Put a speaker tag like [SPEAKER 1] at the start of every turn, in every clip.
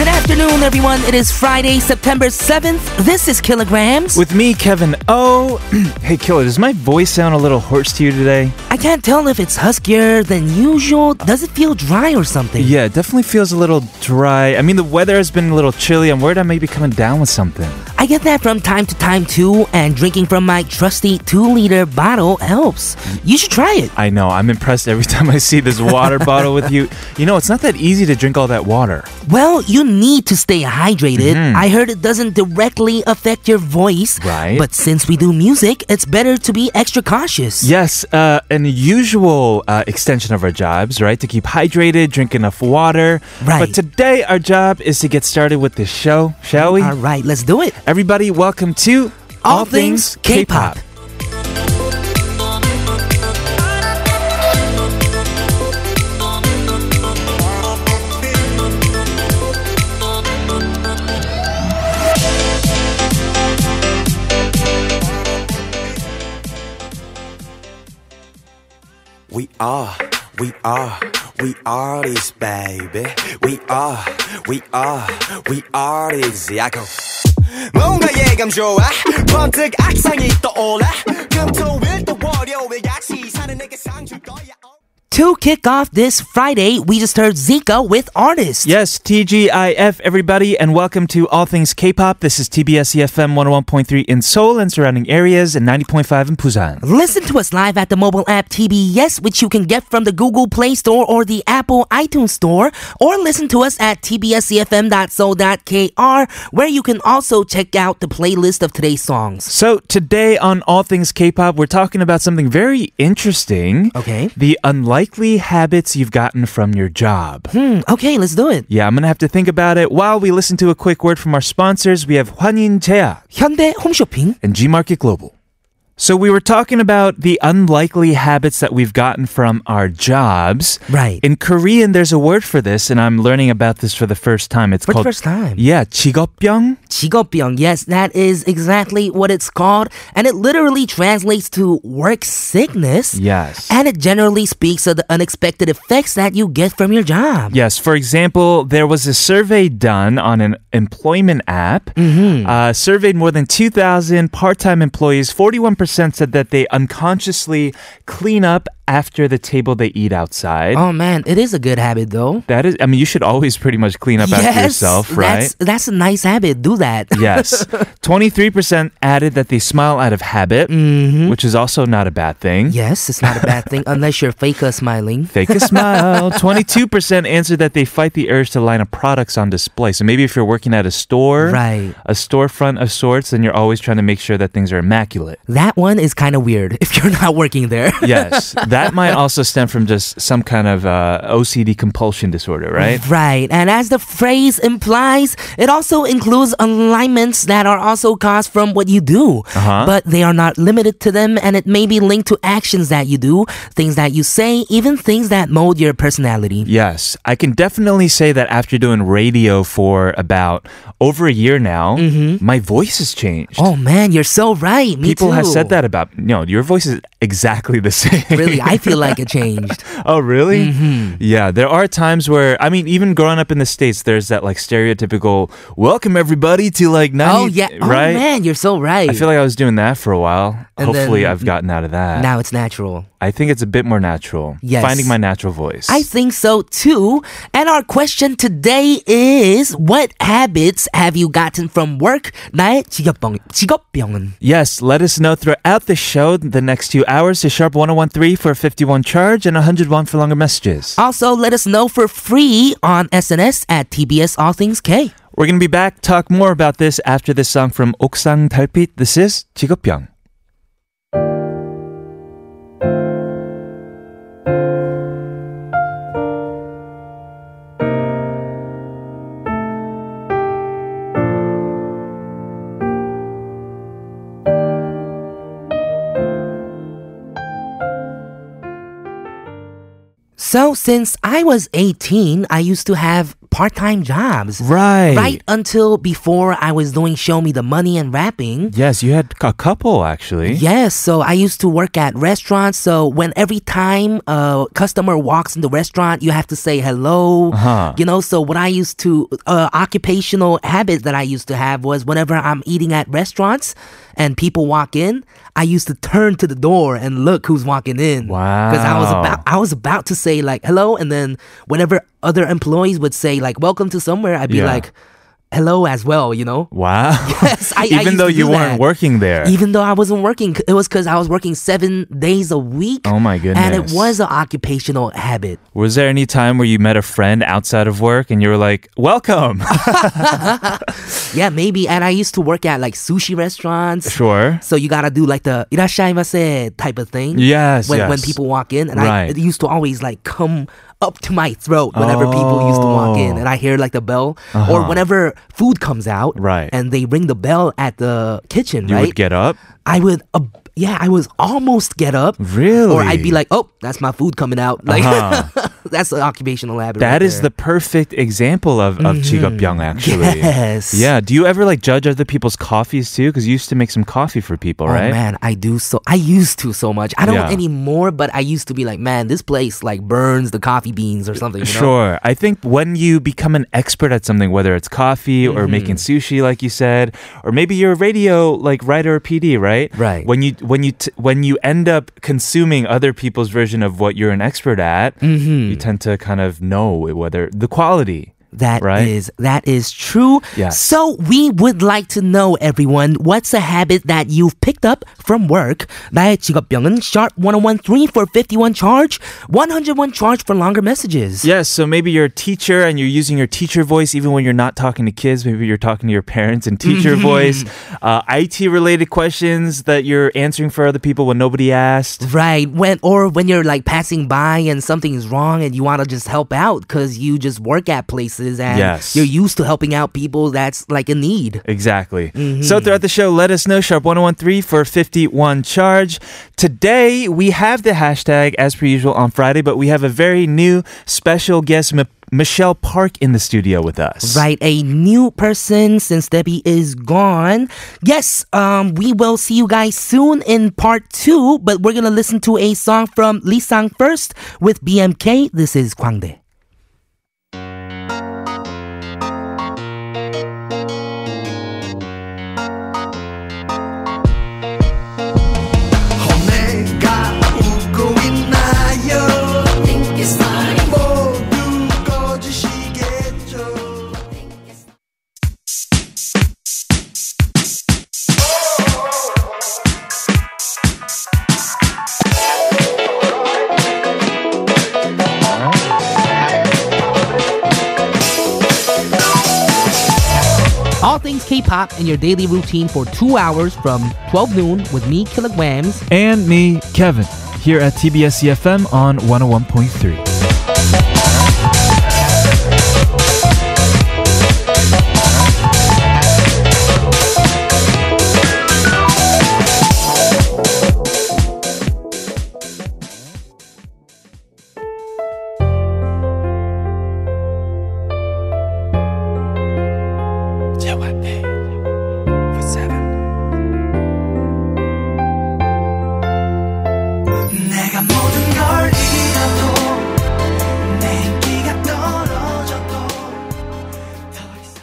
[SPEAKER 1] afternoon, everyone. It is Friday, September 7th. This is Kilograms.
[SPEAKER 2] With me, Kevin O. hey, Killer, does my voice sound a little hoarse to you today?
[SPEAKER 1] I can't tell if it's huskier than usual. Does it feel dry or something?
[SPEAKER 2] Yeah, it definitely feels a little dry. I mean, the weather has been a little chilly. I'm worried I may be coming down with something.
[SPEAKER 1] I get that from time to time, too, and drinking from my trusty two liter bottle helps. You should try it.
[SPEAKER 2] I know. I'm impressed every time I see this water bottle with you. You know, it's not that easy to drink all that water.
[SPEAKER 1] Well, you need to stay hydrated.
[SPEAKER 2] Mm-hmm.
[SPEAKER 1] I heard it doesn't directly affect your voice.
[SPEAKER 2] Right.
[SPEAKER 1] But since we do music, it's better to be extra cautious.
[SPEAKER 2] Yes, uh, an usual uh, extension of our jobs, right? To keep hydrated, drink enough water.
[SPEAKER 1] Right.
[SPEAKER 2] But today, our job is to get started with this show, shall we?
[SPEAKER 1] All right, let's do it.
[SPEAKER 2] Everybody, welcome to
[SPEAKER 1] All Things K-Pop.
[SPEAKER 3] We are, we are, we are this, baby. We are, we are, we are this. I go. 뭔가 예감 좋아 번뜩 악상이 떠올라 금토일 또 월요일 같이 사는 내게 상줄 거야
[SPEAKER 1] To kick off this Friday, we just heard Zika with Artist.
[SPEAKER 2] Yes, TGIF, everybody, and welcome to All Things K-Pop. This is TBS EFM 101.3 in Seoul and surrounding areas and 90.5 in Busan.
[SPEAKER 1] Listen to us live at the mobile app TBS, which you can get from the Google Play Store or the Apple iTunes Store, or listen to us at tbscfm.so.kr, where you can also check out the playlist of today's songs.
[SPEAKER 2] So today on All Things K-Pop, we're talking about something very interesting.
[SPEAKER 1] Okay.
[SPEAKER 2] The unlikely habits you've gotten from your job.
[SPEAKER 1] Hmm, okay, let's do it.
[SPEAKER 2] Yeah, I'm gonna have to think about it while we listen to a quick word from our sponsors. We have Hwanin Jaya.
[SPEAKER 1] Hyundai 홈쇼핑.
[SPEAKER 2] and G Market Global. So we were talking about the unlikely habits that we've gotten from our jobs.
[SPEAKER 1] Right.
[SPEAKER 2] In Korean, there's a word for this, and I'm learning about this for the first time. It's
[SPEAKER 1] For the
[SPEAKER 2] called
[SPEAKER 1] first time.
[SPEAKER 2] Yeah, 직업병.
[SPEAKER 1] 직업병. Yes, that is exactly what it's called. And it literally translates to work sickness.
[SPEAKER 2] Yes.
[SPEAKER 1] And it generally speaks of the unexpected effects that you get from your job.
[SPEAKER 2] Yes. For example, there was a survey done on an employment app.
[SPEAKER 1] Mm-hmm.
[SPEAKER 2] Uh, surveyed more than 2,000 part time employees. 41% said that they unconsciously clean up after the table they eat outside.
[SPEAKER 1] Oh man, it is a good habit though.
[SPEAKER 2] That is, I mean, you should always pretty much clean up after yourself, right?
[SPEAKER 1] That's, that's a nice habit. Do that.
[SPEAKER 2] Yes. 23% added that they smile out of habit,
[SPEAKER 1] Mm-hmm.
[SPEAKER 2] which is also not a bad thing.
[SPEAKER 1] yes, it's not a bad thing unless you're fake uh, smiling.
[SPEAKER 2] Fake a smile. 22% answered that they fight the urge to line up products on display. So maybe if you're working at a store,
[SPEAKER 1] Right.
[SPEAKER 2] a storefront of sorts, then you're always trying to make sure that things are immaculate.
[SPEAKER 1] That one is kind of weird if you're not working there.
[SPEAKER 2] Yes. that might also stem from just some kind of uh, OCD compulsion disorder, right?
[SPEAKER 1] Right. And as the phrase implies, it also includes alignments that are also caused from what you do.
[SPEAKER 2] Uh-huh.
[SPEAKER 1] But they are not limited to them, and it may be linked to actions that you do, things that you say, even things that mold your personality.
[SPEAKER 2] Yes, I can definitely say that after doing radio for about over a year now, my voice has changed.
[SPEAKER 1] Mm-hmm. Oh man, you're so right. Me
[SPEAKER 2] People
[SPEAKER 1] too.
[SPEAKER 2] have said that about you know your voice is exactly the same.
[SPEAKER 1] Really, I Mm-hmm. feel like it changed.
[SPEAKER 2] oh, really? Yeah, there are times where I mean, even growing up in the states, there's that like stereotypical "Welcome everybody to like 90,
[SPEAKER 1] Oh yeah. Oh
[SPEAKER 2] right."
[SPEAKER 1] man, you're so right.
[SPEAKER 2] I feel like I was doing that for a while.
[SPEAKER 1] And
[SPEAKER 2] Hopefully,
[SPEAKER 1] then-
[SPEAKER 2] I've gotten out of that.
[SPEAKER 1] now it's natural.
[SPEAKER 2] I think it's a bit more natural.
[SPEAKER 1] Yes.
[SPEAKER 2] finding my natural voice.
[SPEAKER 1] I think so too. And our question today is what habits have you gotten from work? 나의 직업병, 직업병은.
[SPEAKER 2] Yes, let us know throughout the show the next two hours to Sharp 1013 for a 51 charge and 101 for longer messages.
[SPEAKER 1] Also, let us know for free on SNS at TBS All Things K.
[SPEAKER 2] We're going to be back, talk more about this after this song from Oksang Talpit. This is 직업병.
[SPEAKER 1] So since I was 18, I used to have part-time jobs.
[SPEAKER 2] Right.
[SPEAKER 1] Right until before I was doing Show Me the Money and rapping.
[SPEAKER 2] Yes, you had a couple actually.
[SPEAKER 1] Yes, so I used to work at restaurants. So when every time a customer walks in the restaurant, you have to say hello.
[SPEAKER 2] Uh-huh.
[SPEAKER 1] You know, so what I used to uh, occupational habit that I used to have was whenever I'm eating at restaurants and people walk in, I used to turn to the door and look who's walking in. Because I was
[SPEAKER 2] Wow.
[SPEAKER 1] about I was about to say like hello, and then whenever other employees would say like welcome to somewhere, I'd be
[SPEAKER 2] Yeah.
[SPEAKER 1] like hello as well. You know.
[SPEAKER 2] Wow.
[SPEAKER 1] Yes, I- I
[SPEAKER 2] Even
[SPEAKER 1] used
[SPEAKER 2] though
[SPEAKER 1] to
[SPEAKER 2] you
[SPEAKER 1] do
[SPEAKER 2] weren't
[SPEAKER 1] that.
[SPEAKER 2] working there.
[SPEAKER 1] Even though I wasn't working, it was because I was working seven days a week.
[SPEAKER 2] Oh my goodness.
[SPEAKER 1] And it was an occupational habit.
[SPEAKER 2] Was there any time where you met a friend outside of work and you were like, "Welcome"?
[SPEAKER 1] Yeah, maybe. And I used to work at like sushi restaurants.
[SPEAKER 2] sure.
[SPEAKER 1] So you gotta do like the irashaimase type of thing.
[SPEAKER 2] Yes,
[SPEAKER 1] When,
[SPEAKER 2] yes.
[SPEAKER 1] when people walk in, and I
[SPEAKER 2] Right.
[SPEAKER 1] it used to always like come up to my throat whenever people used to walk in,
[SPEAKER 2] Oh.
[SPEAKER 1] and I hear like the bell, or whenever food comes out,
[SPEAKER 2] Uh-huh. Right.
[SPEAKER 1] and they ring the bell at the kitchen,
[SPEAKER 2] You
[SPEAKER 1] right?
[SPEAKER 2] would get up.
[SPEAKER 1] I would, uh, yeah, I was almost get up.
[SPEAKER 2] Really?
[SPEAKER 1] Or
[SPEAKER 2] Uh-huh.
[SPEAKER 1] I'd be like, oh, that's my food coming out. Like, that's an occupational habit.
[SPEAKER 2] That is the perfect example of of Jigopyeong actually.
[SPEAKER 1] Mm-hmm. Yes.
[SPEAKER 2] Yeah. Do you ever like judge other people's coffees too? Because you used to make some coffee for people,
[SPEAKER 1] Oh
[SPEAKER 2] right?
[SPEAKER 1] man, I do so. I used to so much. I don't
[SPEAKER 2] Yeah.
[SPEAKER 1] anymore, but I used to be like, man, this place like burns the coffee beans or something. You know?
[SPEAKER 2] Sure. I think when you become an expert at something, whether it's coffee or
[SPEAKER 1] Mm-hmm.
[SPEAKER 2] making sushi, like you said, or maybe you're a radio like writer or PD, right?
[SPEAKER 1] Right.
[SPEAKER 2] When you when you t- when you end up consuming other people's version of what you're an expert at,
[SPEAKER 1] Mm-hmm.
[SPEAKER 2] you tend to kind of know whether the quality.
[SPEAKER 1] That is
[SPEAKER 2] Right.
[SPEAKER 1] that is true.
[SPEAKER 2] Yes.
[SPEAKER 1] So we would like to know everyone what's a habit that you've picked up from work. 나의 직업병은 sharp 1013 for 51 charge, 101 charge for longer messages.
[SPEAKER 2] Yes, so maybe you're a teacher and you're using your teacher voice even when you're not talking to kids. Maybe you're talking to your parents in teacher voice. Uh, IT related questions that you're answering for other people when nobody asked.
[SPEAKER 1] Right. When or when you're like passing by and something is wrong and you want to just help out cuz you just work at places and
[SPEAKER 2] Yes.
[SPEAKER 1] you're used to helping out people that's like in need.
[SPEAKER 2] Exactly. So throughout the show, let us know sharp 1013 for 51 charge. Today we have the hashtag as per usual on Friday, but we have a very new special guest, M- Michelle Park, in the studio with us.
[SPEAKER 1] Right, a new person since Debbie is gone. Yes, um, we will see you guys soon in part two, but we're gonna listen to a song from Lee Sang first with BMK. This is Kwangde.
[SPEAKER 3] 내가 웃고 있나요 모두 꺼지시겠죠
[SPEAKER 1] All things K-pop in your daily routine for two hours from 12 noon with me, Kilograms.
[SPEAKER 2] And me, Kevin, here at TBS EFM E on 101.3.
[SPEAKER 4] 내가 모든 걸 잃어도 내 인기가 떨어져도 더 이상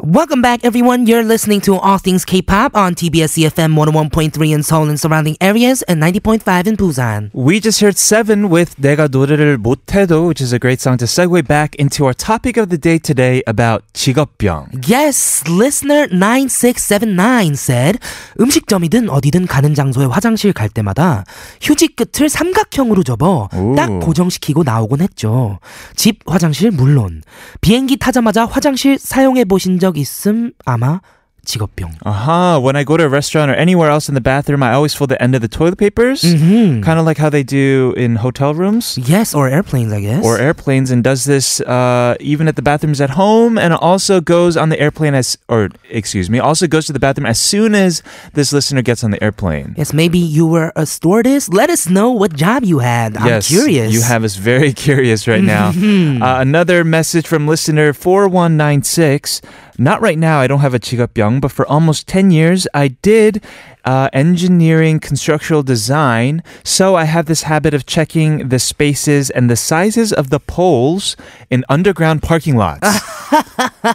[SPEAKER 1] Welcome back, everyone. You're listening to All Things K-pop on TBS EFM 101.3 in Seoul and surrounding areas and 90.5 in Busan.
[SPEAKER 2] We just heard Seven with 내가 노래를 못해도, which is a great song to segue back into our topic of the day today about 직업병.
[SPEAKER 1] Yes, listener 9679 said 음식점이든 어디든 가는 장소에 화장실 갈 때마다 휴지 끝을 삼각형으로 접어 딱 고정시키고 나오곤 했죠. 집 화장실 물론 비행기 타자마자 화장실 사용해 보신 적 있음 아마 직업병.
[SPEAKER 2] Uh-huh. When I go to a restaurant or anywhere else in the bathroom, I always feel the end of the toilet papers. Kind of like how they do in hotel rooms
[SPEAKER 1] 음. Yes, or airplanes, I guess.
[SPEAKER 2] or airplanes and does this uh, even at the bathrooms at home and also goes on the airplane as or excuse me, also goes to the bathroom as soon as this listener gets on the airplane.
[SPEAKER 1] Yes, maybe you were a stewardess. Let us know what job you had. I'm curious.
[SPEAKER 2] You have us very curious right now. uh, another message from listener 4196. Not right now, I don't have a 직업병, but for almost 10 years, I did uh, engineering constructional design. So I have this habit of checking the spaces and the sizes of the poles in underground parking lots.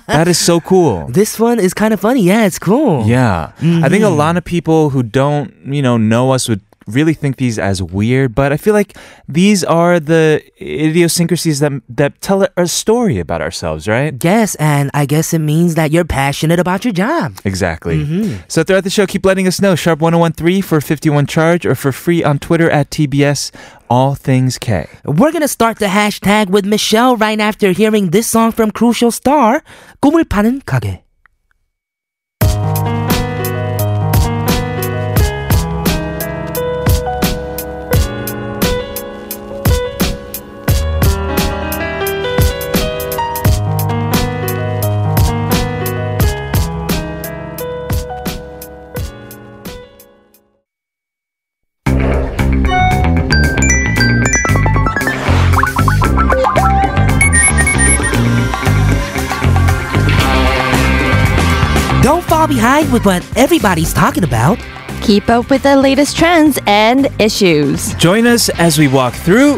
[SPEAKER 2] that is so cool.
[SPEAKER 1] This one is kind of funny. Yeah, it's cool.
[SPEAKER 2] Yeah. I think a
[SPEAKER 1] Mm-hmm.
[SPEAKER 2] lot of people who don't, you know, know us would really think these as weird, but I feel like these are the idiosyncrasies that that tell a story about ourselves, right?
[SPEAKER 1] Yes, and I guess it means that you're passionate about your job.
[SPEAKER 2] Exactly.
[SPEAKER 1] Mm-hmm.
[SPEAKER 2] So throughout the show, keep letting us know. Sharp 1013 for 51 charge or for free on Twitter at TBS All Things K.
[SPEAKER 1] We're gonna start the hashtag with Michelle right after hearing this song from Crucial Star, 꿈을 파는 가게. Don't fall behind with what everybody's talking about.
[SPEAKER 5] Keep up with the latest trends and issues.
[SPEAKER 2] Join us as we walk through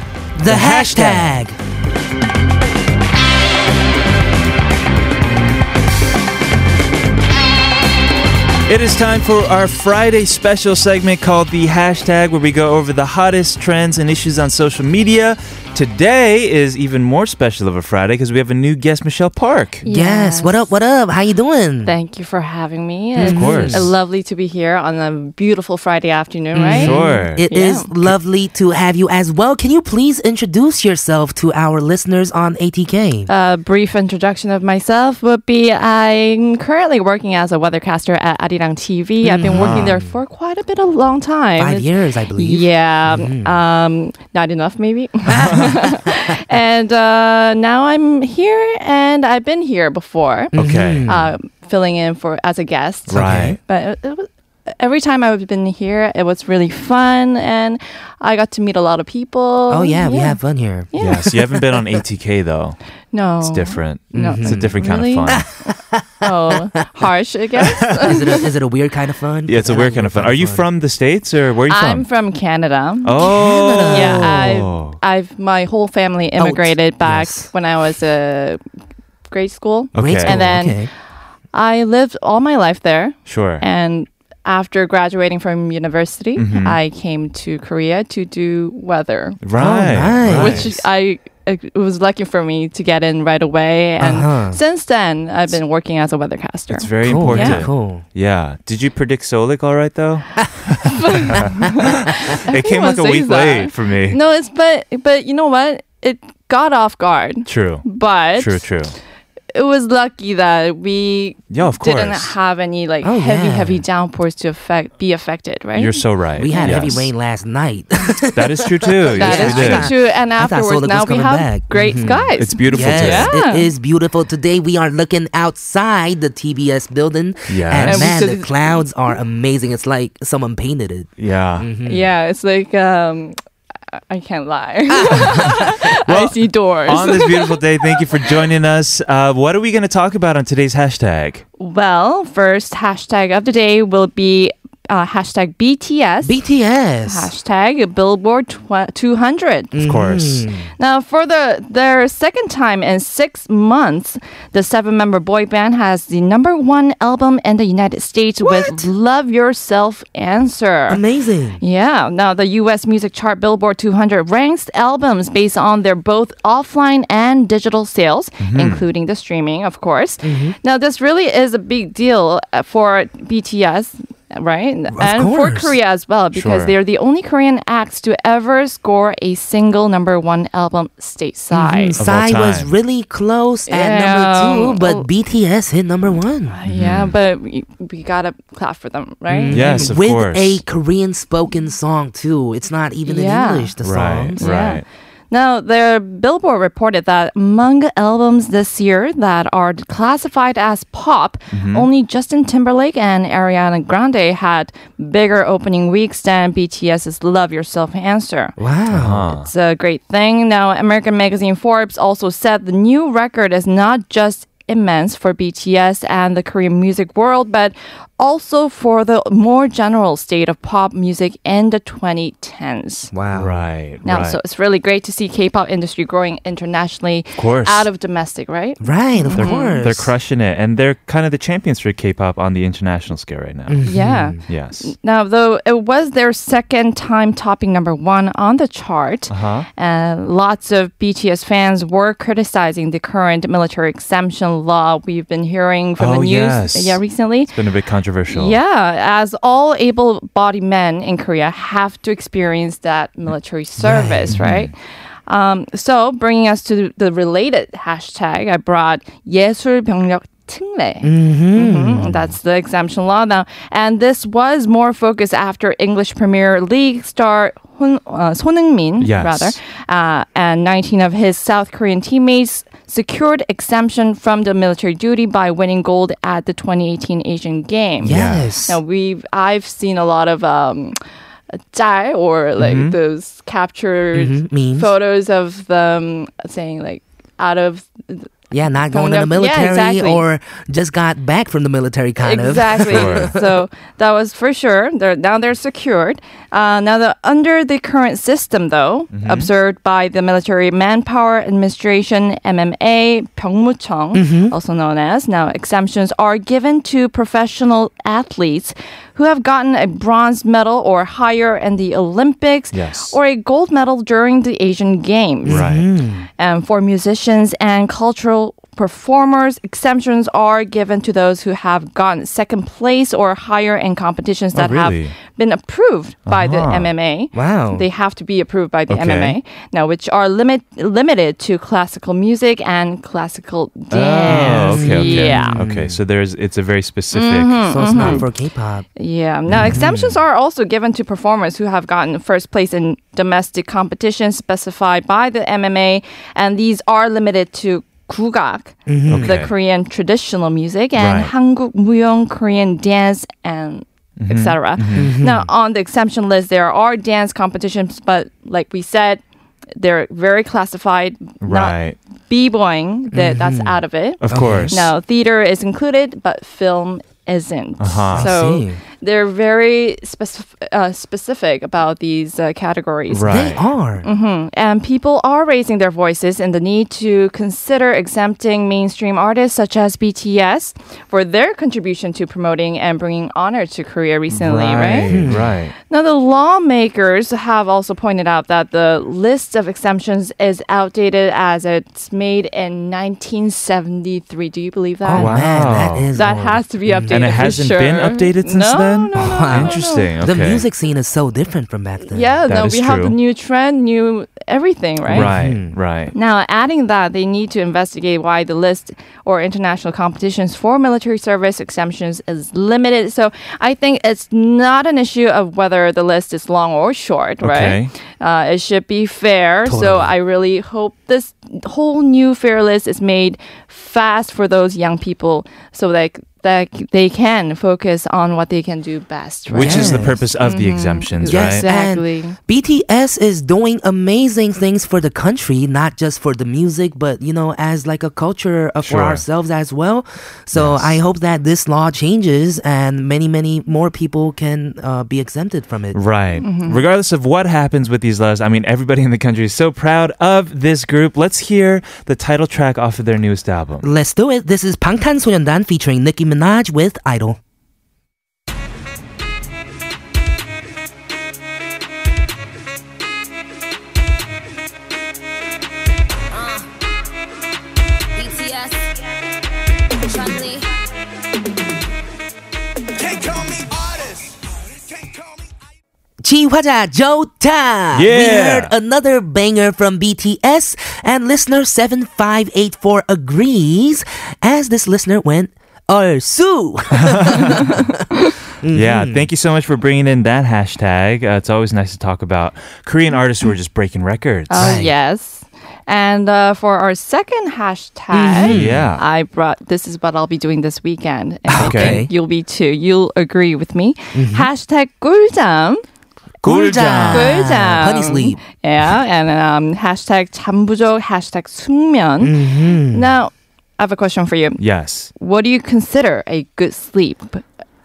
[SPEAKER 1] The, hashtag.
[SPEAKER 2] It is time for our Friday special segment called The Hashtag, where we go over the hottest trends and issues on social media. Today is even more special of a Friday because we have a new guest, Michelle Park.
[SPEAKER 1] Yes. What up? What up? How you doing?
[SPEAKER 5] Thank you for having me.
[SPEAKER 2] Of course.
[SPEAKER 5] Lovely to be here on a beautiful Friday afternoon,
[SPEAKER 1] Mm-hmm.
[SPEAKER 5] right?
[SPEAKER 2] Sure.
[SPEAKER 1] It is lovely to have you as well. Can you please introduce yourself to our listeners on ATK?
[SPEAKER 5] A brief introduction of myself would be I'm currently working as a weathercaster at Arirang TV. I've been working there for quite a bit of long time.
[SPEAKER 1] Mm-hmm. Five
[SPEAKER 5] It's-
[SPEAKER 1] years, I believe. Mm-hmm.
[SPEAKER 5] Yeah, um, not enough maybe. and uh, now I'm here, and I've been here before,
[SPEAKER 1] Mm-hmm.
[SPEAKER 2] Okay.
[SPEAKER 5] uh, filling in for as a guest.
[SPEAKER 2] Right.
[SPEAKER 5] But it, it was, every time I've been here, it was really fun, and I got to meet a lot of people.
[SPEAKER 1] Oh yeah, we have fun here.
[SPEAKER 2] Yes, you haven't been on ATK though.
[SPEAKER 5] No,
[SPEAKER 2] It's different.
[SPEAKER 5] Oh. No. Mm-hmm.
[SPEAKER 2] It's a different kind
[SPEAKER 5] Really?
[SPEAKER 2] of fun.
[SPEAKER 5] Oh, harsh, I guess.
[SPEAKER 1] Is it a, is it a weird kind of fun?
[SPEAKER 2] Yeah, it's a
[SPEAKER 1] I
[SPEAKER 2] weird
[SPEAKER 1] like
[SPEAKER 2] kind of fun. Are you from the States or where are you
[SPEAKER 5] I'm
[SPEAKER 2] from?
[SPEAKER 5] from Canada.
[SPEAKER 2] Oh.
[SPEAKER 5] Yeah, I, I've my whole family
[SPEAKER 1] Oh,
[SPEAKER 5] immigrated back
[SPEAKER 1] yes.
[SPEAKER 5] when I was a grade school.
[SPEAKER 1] Great
[SPEAKER 2] Okay.
[SPEAKER 1] school,
[SPEAKER 5] And then-
[SPEAKER 1] okay.
[SPEAKER 5] I lived all my life there,
[SPEAKER 2] Sure.
[SPEAKER 5] and after graduating from university,
[SPEAKER 2] Mm-hmm.
[SPEAKER 5] I came to Korea to do weather,
[SPEAKER 2] right.
[SPEAKER 1] Oh,
[SPEAKER 2] right.
[SPEAKER 5] which I it was lucky for me to get in right away. And
[SPEAKER 1] Uh-huh.
[SPEAKER 5] since then, I've been working as a weathercaster.
[SPEAKER 2] It's very
[SPEAKER 1] cool,
[SPEAKER 2] important.
[SPEAKER 1] yeah, cool.
[SPEAKER 2] Yeah. Did you predict Solik all right though? it came
[SPEAKER 5] Everyone
[SPEAKER 2] like a week
[SPEAKER 5] says that.
[SPEAKER 2] late for me.
[SPEAKER 5] no, it's but but you know what? It got off guard,
[SPEAKER 2] True.
[SPEAKER 5] but
[SPEAKER 2] True, true.
[SPEAKER 5] it was lucky that we
[SPEAKER 2] Yeah, of
[SPEAKER 5] didn't
[SPEAKER 2] course.
[SPEAKER 5] have any like
[SPEAKER 1] Oh,
[SPEAKER 5] heavy
[SPEAKER 1] yeah.
[SPEAKER 5] heavy downpours to affect be affected, right?
[SPEAKER 2] You're so right.
[SPEAKER 1] We had heavy
[SPEAKER 2] Yes.
[SPEAKER 1] rain last night.
[SPEAKER 2] That is true too. yes,
[SPEAKER 5] That is
[SPEAKER 2] we did. Mm-hmm.
[SPEAKER 1] Yeah.
[SPEAKER 5] true, true. And
[SPEAKER 1] I thought
[SPEAKER 5] afterwards,
[SPEAKER 1] Solid
[SPEAKER 5] now
[SPEAKER 1] was
[SPEAKER 5] we
[SPEAKER 1] coming
[SPEAKER 5] have
[SPEAKER 1] back.
[SPEAKER 5] great skies.
[SPEAKER 2] It's beautiful
[SPEAKER 1] yes,
[SPEAKER 2] today.
[SPEAKER 5] Yeah.
[SPEAKER 1] it is beautiful today. We are looking outside the TBS building,
[SPEAKER 2] Yes.
[SPEAKER 1] and
[SPEAKER 5] And we
[SPEAKER 1] man, the
[SPEAKER 5] just-
[SPEAKER 1] clouds are amazing. It's like someone painted it.
[SPEAKER 2] Yeah.
[SPEAKER 1] Mm.
[SPEAKER 5] Mm-hmm. Yeah, it's like um, I- I can't lie. I see doors.
[SPEAKER 2] On this beautiful day, thank you for joining us. Uh, what are we going to talk about on today's hashtag?
[SPEAKER 5] well, first hashtag of the day will be uh, hashtag BTS.
[SPEAKER 1] BTS.
[SPEAKER 5] Hashtag Billboard tw- 200.
[SPEAKER 2] Of course.
[SPEAKER 1] Mm-hmm.
[SPEAKER 5] Now, for the, their second time in six months, the seven member boy band has the number one album in the United States with Love Yourself Answer.
[SPEAKER 1] Amazing.
[SPEAKER 5] Yeah. Now, the U.S. music chart Billboard 200 ranks albums based on their both offline and digital sales, including the streaming, of course. Now, this really is a big deal uh, for BTS. right? and for
[SPEAKER 1] course.
[SPEAKER 5] Korea as well,
[SPEAKER 2] Sure.
[SPEAKER 5] because they are the only Korean acts to ever score a single number one album stateside.
[SPEAKER 1] Psy
[SPEAKER 2] all
[SPEAKER 1] was
[SPEAKER 2] time.
[SPEAKER 1] really close at
[SPEAKER 5] Yeah.
[SPEAKER 1] number two, but
[SPEAKER 5] Oh.
[SPEAKER 1] BTS hit number one.
[SPEAKER 5] Yeah, but we, we gotta clap for them,
[SPEAKER 1] Mm-hmm.
[SPEAKER 5] right?
[SPEAKER 2] Yes, of
[SPEAKER 1] With
[SPEAKER 2] course.
[SPEAKER 1] a Korean spoken song too. It's not even
[SPEAKER 5] Yeah.
[SPEAKER 1] in English. The
[SPEAKER 2] right,
[SPEAKER 1] songs.
[SPEAKER 2] right.
[SPEAKER 5] Now, their Billboard reported that among albums this year that are classified as pop, only Justin Timberlake and Ariana Grande had bigger opening weeks than BTS's Love Yourself Answer.
[SPEAKER 2] Uh-huh.
[SPEAKER 1] Wow.
[SPEAKER 5] It's a great thing. Now, American magazine Forbes also said the new record is not just immense for BTS and the Korean music world, but also for the more general state of pop music in the 2010s.
[SPEAKER 1] Wow.
[SPEAKER 2] Right.
[SPEAKER 5] Now,
[SPEAKER 2] right.
[SPEAKER 5] so it's really great to see K-pop industry growing internationally, of
[SPEAKER 2] course.
[SPEAKER 5] out of domestic, right?
[SPEAKER 1] Right, of course.
[SPEAKER 2] they're crushing it, and they're kind of the champions for K-pop on the international scale right now.
[SPEAKER 1] Mm.
[SPEAKER 5] Yeah.
[SPEAKER 2] Yes.
[SPEAKER 5] Now, though it was their second time topping number one on the chart,
[SPEAKER 2] Uh-huh.
[SPEAKER 5] uh, lots of BTS fans were criticizing the current military exemption law we've been hearing from
[SPEAKER 2] Oh,
[SPEAKER 5] the news
[SPEAKER 2] yes.
[SPEAKER 5] yeah, recently.
[SPEAKER 2] It's been a bit controversial.
[SPEAKER 5] Yeah, as all able bodied men in Korea have to experience that military service, right? Um, so, bringing us to the related hashtag, I brought 예술병력 특례. Mhm, That's the exemption law now. And this was more focused after English Premier League star Hun, uh, Son Heung-min,
[SPEAKER 2] Yes.
[SPEAKER 5] rather, uh, and 19 of his South Korean teammates secured exemption from the military duty by winning gold at the 2018 Asian Games.
[SPEAKER 1] Yes.
[SPEAKER 5] Now we I've seen a lot of um die or like those captured
[SPEAKER 1] Mhm, memes.
[SPEAKER 5] photos of them saying like out of
[SPEAKER 1] Yeah, not going to the
[SPEAKER 5] Conduct-
[SPEAKER 1] military
[SPEAKER 5] yeah, exactly.
[SPEAKER 1] or just got back from the military, kind
[SPEAKER 5] exactly.
[SPEAKER 2] Sure.
[SPEAKER 5] So that was for sure. They're now they're secured. Uh, now the under the current system though,
[SPEAKER 2] Mm-hmm.
[SPEAKER 5] observed by the Military Manpower Administration (MMA) Pyeongmucheong, also known as now exemptions are given to professional athletes who have gotten a bronze medal or higher in the Olympics
[SPEAKER 2] Yes.
[SPEAKER 5] or a gold medal during the Asian Games.
[SPEAKER 2] Right.
[SPEAKER 1] Mm-hmm.
[SPEAKER 5] Um, for musicians and cultural performers, exemptions are given to those who have gotten second place or higher in competitions
[SPEAKER 2] Oh,
[SPEAKER 5] that
[SPEAKER 2] really?
[SPEAKER 5] have been approved by the
[SPEAKER 2] Uh-huh.
[SPEAKER 5] MMA.
[SPEAKER 1] Wow.
[SPEAKER 5] They have to be approved by the
[SPEAKER 2] Okay.
[SPEAKER 5] MMA now, which are limit limited to classical music and classical
[SPEAKER 2] Oh,
[SPEAKER 5] dance.
[SPEAKER 2] okay, okay.
[SPEAKER 5] Yeah. Mm-hmm,
[SPEAKER 2] Okay, so there's it's a very specific.
[SPEAKER 1] of. So it's not for K-pop.
[SPEAKER 5] Yeah. Now,
[SPEAKER 2] Mm-hmm.
[SPEAKER 5] exemptions are also given to performers who have gotten first place in domestic competitions specified by the MMA, and these are limited to gugak, the
[SPEAKER 2] Mm-hmm. Okay.
[SPEAKER 5] Korean traditional music,
[SPEAKER 2] Right.
[SPEAKER 5] and
[SPEAKER 2] Mm-hmm.
[SPEAKER 5] Hanguk Muyong, Korean dance, and etc. Now, on the exemption list, there are dance competitions, but like we said, they're very classified.
[SPEAKER 2] Right. Mm-hmm.
[SPEAKER 5] Not b-boying, that, that's out of it.
[SPEAKER 2] Of course.
[SPEAKER 5] No, theater is included, but film isn't.
[SPEAKER 2] Uh-huh. I
[SPEAKER 5] So
[SPEAKER 1] see.
[SPEAKER 5] they're very specif- uh, specific about these uh, categories.
[SPEAKER 1] They
[SPEAKER 2] Right.
[SPEAKER 1] are.
[SPEAKER 5] Mm-hmm. And people are raising their voices in the need to consider exempting mainstream artists such as BTS for their contribution to promoting and bringing honor to Korea recently, right?
[SPEAKER 1] Hmm.
[SPEAKER 2] Right. right.
[SPEAKER 5] Now, the lawmakers have also pointed out that the list of exemptions is outdated as it's made in 1973. Do you believe that?
[SPEAKER 1] Oh, man, that
[SPEAKER 2] Wow.
[SPEAKER 1] is
[SPEAKER 5] That
[SPEAKER 1] old.
[SPEAKER 5] has to be
[SPEAKER 2] Mm-hmm. And
[SPEAKER 5] updated.
[SPEAKER 2] it
[SPEAKER 5] for
[SPEAKER 2] hasn't
[SPEAKER 5] sure.
[SPEAKER 2] been updated since
[SPEAKER 5] no,
[SPEAKER 2] then.
[SPEAKER 5] No, no, no,
[SPEAKER 1] Wow.
[SPEAKER 5] no, no.
[SPEAKER 2] Interesting.
[SPEAKER 1] The
[SPEAKER 2] okay.
[SPEAKER 1] music scene is so different from back then.
[SPEAKER 5] Yeah,
[SPEAKER 2] That
[SPEAKER 5] no,
[SPEAKER 2] is
[SPEAKER 5] we have the
[SPEAKER 2] true.
[SPEAKER 5] new trend, new everything, right?
[SPEAKER 2] Right. Right.
[SPEAKER 5] Now, adding that, they need to investigate why the list or international competitions for military service exemptions is limited. So I think it's not an issue of whether the list is long or short,
[SPEAKER 2] Okay.
[SPEAKER 5] right? Uh, it should be fair. So
[SPEAKER 1] Totally.
[SPEAKER 5] I really hope this whole new fair list is made fast for those young people so that, that they can focus on what they can do best, right? Mm-hmm.
[SPEAKER 2] Which is the
[SPEAKER 1] Yes.
[SPEAKER 2] purpose of the exemptions,
[SPEAKER 1] Yes,
[SPEAKER 2] right?
[SPEAKER 1] and
[SPEAKER 5] Exactly.
[SPEAKER 1] BTS is doing amazing things for the country, not just for the music, but you know, as like a culture uh, for
[SPEAKER 2] Sure.
[SPEAKER 1] ourselves as well. So I hope that this law changes and many, many more people can uh, be exempted from it.
[SPEAKER 2] Right.
[SPEAKER 5] Mm-hmm.
[SPEAKER 2] Regardless of what happens with these laws, I mean, everybody in the country is so proud of this group. Let's hear the title track off of their newest album.
[SPEAKER 1] Let's do it. This is 방탄소년단 featuring Nicki Minaj with Idol.
[SPEAKER 6] BTS, Chun Li.
[SPEAKER 4] Can't call me artist.
[SPEAKER 1] 지화자 좋다. We heard
[SPEAKER 2] Yeah.
[SPEAKER 1] another banger from BTS, and listener 7584 agrees as this listener went, 얼쑤. Mm-hmm.
[SPEAKER 2] Yeah, thank you so much for bringing in that hashtag. Uh, it's always nice to talk about Korean artists who are just breaking records.
[SPEAKER 5] Uh,
[SPEAKER 1] Right.
[SPEAKER 5] yes. And uh, for our second
[SPEAKER 1] Hmm.
[SPEAKER 5] hashtag,
[SPEAKER 2] Yeah.
[SPEAKER 5] I brought this is what I'll be doing this weekend. And I
[SPEAKER 2] Okay.
[SPEAKER 5] think You'll be too. You'll agree with me. Hashtag 꿀잠.
[SPEAKER 1] Mm-hmm. 꿀잠.
[SPEAKER 5] 꿀잠.
[SPEAKER 1] honey sleep.
[SPEAKER 5] Yeah. And um, hashtag 잠부족, hashtag 숙면.
[SPEAKER 1] Mm-hmm.
[SPEAKER 5] Now, I have a question for you.
[SPEAKER 2] Yes.
[SPEAKER 5] What do you consider a good sleep?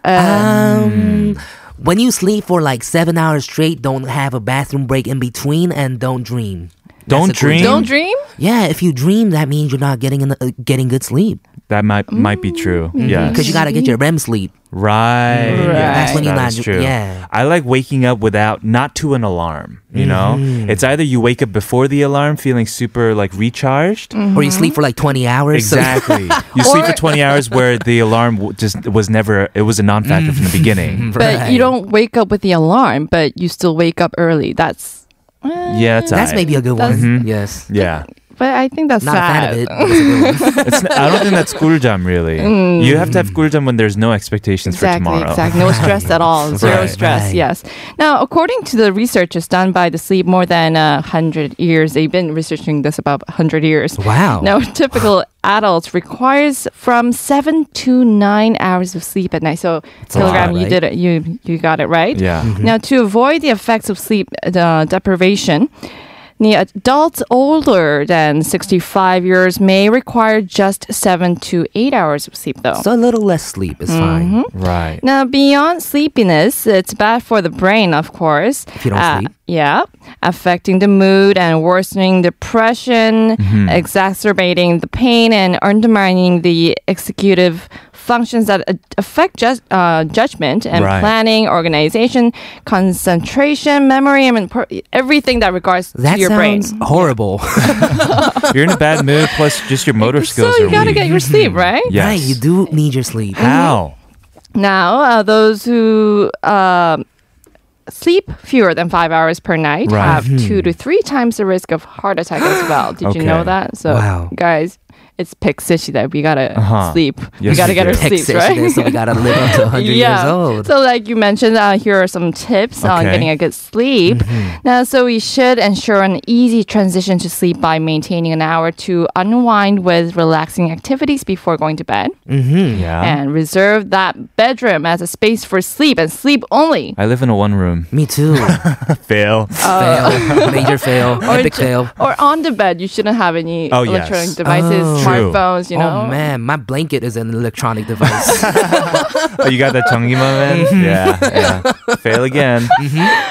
[SPEAKER 5] Uh,
[SPEAKER 1] Um, when you sleep for like seven hours straight, don't have a bathroom break in between, and don't dream.
[SPEAKER 2] Don't
[SPEAKER 1] That's a good-
[SPEAKER 2] dream.
[SPEAKER 5] don't dream?
[SPEAKER 1] Yeah, if you dream, that means you're not getting in, uh, getting good sleep
[SPEAKER 2] That might might be true. Yes.
[SPEAKER 1] because Mm-hmm. you got to get your REM sleep.
[SPEAKER 2] Right. Yeah,
[SPEAKER 5] That's
[SPEAKER 1] when you
[SPEAKER 2] that is
[SPEAKER 1] not-
[SPEAKER 2] true.
[SPEAKER 1] yeah.
[SPEAKER 2] I like waking up without not to an alarm. You know,
[SPEAKER 1] Mm-hmm.
[SPEAKER 2] it's either you wake up before the alarm feeling super like recharged.
[SPEAKER 1] Or
[SPEAKER 5] Mm-hmm.
[SPEAKER 1] you sleep for like 20 hours.
[SPEAKER 2] Exactly. you sleep for 20 hours where the alarm w- just was never, it was a non factor
[SPEAKER 1] Mm-hmm.
[SPEAKER 2] from the beginning.
[SPEAKER 1] So,
[SPEAKER 5] But
[SPEAKER 1] Right.
[SPEAKER 5] you don't wake up with the alarm, but you still wake up early. That's.
[SPEAKER 2] Yeah, it's
[SPEAKER 1] That's
[SPEAKER 2] aight.
[SPEAKER 1] maybe a good one.
[SPEAKER 5] That's-
[SPEAKER 2] Mm-hmm.
[SPEAKER 1] Yes.
[SPEAKER 2] Yeah.
[SPEAKER 5] But I think that's
[SPEAKER 1] Not
[SPEAKER 5] sad.
[SPEAKER 1] a fan of it. but it's a good one.
[SPEAKER 2] It's, n- I don't think that's guljam really.
[SPEAKER 1] Mm.
[SPEAKER 2] You have to have guljam when there's no expectations
[SPEAKER 5] Exactly,
[SPEAKER 2] for tomorrow.
[SPEAKER 5] exactly. No stress at all.
[SPEAKER 2] Right,
[SPEAKER 5] Zero stress,
[SPEAKER 1] right.
[SPEAKER 5] yes. Now, according to the researchers done by the sleep more than uh, 100 years, they've been researching this about 100 years.
[SPEAKER 1] Wow.
[SPEAKER 5] Now, typical adults requires from 7 to 9 hours of sleep at night.
[SPEAKER 1] a
[SPEAKER 5] So,
[SPEAKER 1] lot,
[SPEAKER 5] Telegram, you
[SPEAKER 1] right?
[SPEAKER 5] did it. You, you got it right.
[SPEAKER 2] Yeah.
[SPEAKER 5] Now, to avoid the effects of sleep uh, deprivation, the adults older than 65 years may require just 7 to 8 hours of sleep, though.
[SPEAKER 1] So a little less sleep is fine.
[SPEAKER 5] Mm-hmm.
[SPEAKER 2] Right.
[SPEAKER 5] Now, beyond sleepiness, it's bad for the brain, of course. Uh,
[SPEAKER 1] If you don't sleep.
[SPEAKER 5] Yeah. Affecting the mood and worsening depression,
[SPEAKER 1] Mm-hmm.
[SPEAKER 5] exacerbating the pain and undermining the executive functions that a- affect ju- uh, judgment and
[SPEAKER 2] Right.
[SPEAKER 5] planning, organization, concentration, memory, I mean, per- everything that regards to
[SPEAKER 1] That
[SPEAKER 5] your brain.
[SPEAKER 1] sounds horrible.
[SPEAKER 2] You're in a bad mood, plus just your motor skills
[SPEAKER 5] so you
[SPEAKER 2] are
[SPEAKER 5] gotta
[SPEAKER 2] weak.
[SPEAKER 5] get your sleep,
[SPEAKER 1] Mm-hmm.
[SPEAKER 5] right?
[SPEAKER 2] yes.
[SPEAKER 1] Right, you do need your sleep.
[SPEAKER 2] How?
[SPEAKER 5] Now, uh, those who um sleep fewer than five hours per night
[SPEAKER 2] Right. Hmm.
[SPEAKER 5] have two to three times the risk of heart attack as well. Did you know
[SPEAKER 2] Okay.
[SPEAKER 5] that? So,
[SPEAKER 1] Wow.
[SPEAKER 5] guys, it's Pixie that we gotta
[SPEAKER 2] Uh-huh.
[SPEAKER 5] sleep.
[SPEAKER 2] Yes,
[SPEAKER 5] we gotta
[SPEAKER 2] we
[SPEAKER 5] get our
[SPEAKER 2] do.
[SPEAKER 5] sleep,
[SPEAKER 1] Texas,
[SPEAKER 5] right?
[SPEAKER 1] so we gotta live up to 100 years old.
[SPEAKER 5] So, like you mentioned, uh, here are some tips
[SPEAKER 2] Okay.
[SPEAKER 5] on
[SPEAKER 2] Mm-hmm.
[SPEAKER 5] getting a good sleep. Now, so we should ensure an easy transition to sleep by maintaining an hour to unwind with relaxing activities before going to bed, Mm-hmm.
[SPEAKER 2] Yeah.
[SPEAKER 5] and reserve that bedroom as a space for sleep and sleep only.
[SPEAKER 2] I live in a one room.
[SPEAKER 1] Me too.
[SPEAKER 2] Fail.
[SPEAKER 1] fail. Major fail. Epic
[SPEAKER 5] ju-
[SPEAKER 1] fail.
[SPEAKER 5] Or on the bed, you shouldn't have any
[SPEAKER 2] Oh, yes.
[SPEAKER 5] electronic devices,
[SPEAKER 1] Oh.
[SPEAKER 2] True.
[SPEAKER 5] smartphones. You know,
[SPEAKER 1] Oh man, my blanket is an electronic device.
[SPEAKER 2] oh, you got that Changi moment?
[SPEAKER 5] Mm-hmm.
[SPEAKER 2] yeah. Yeah. Fail again.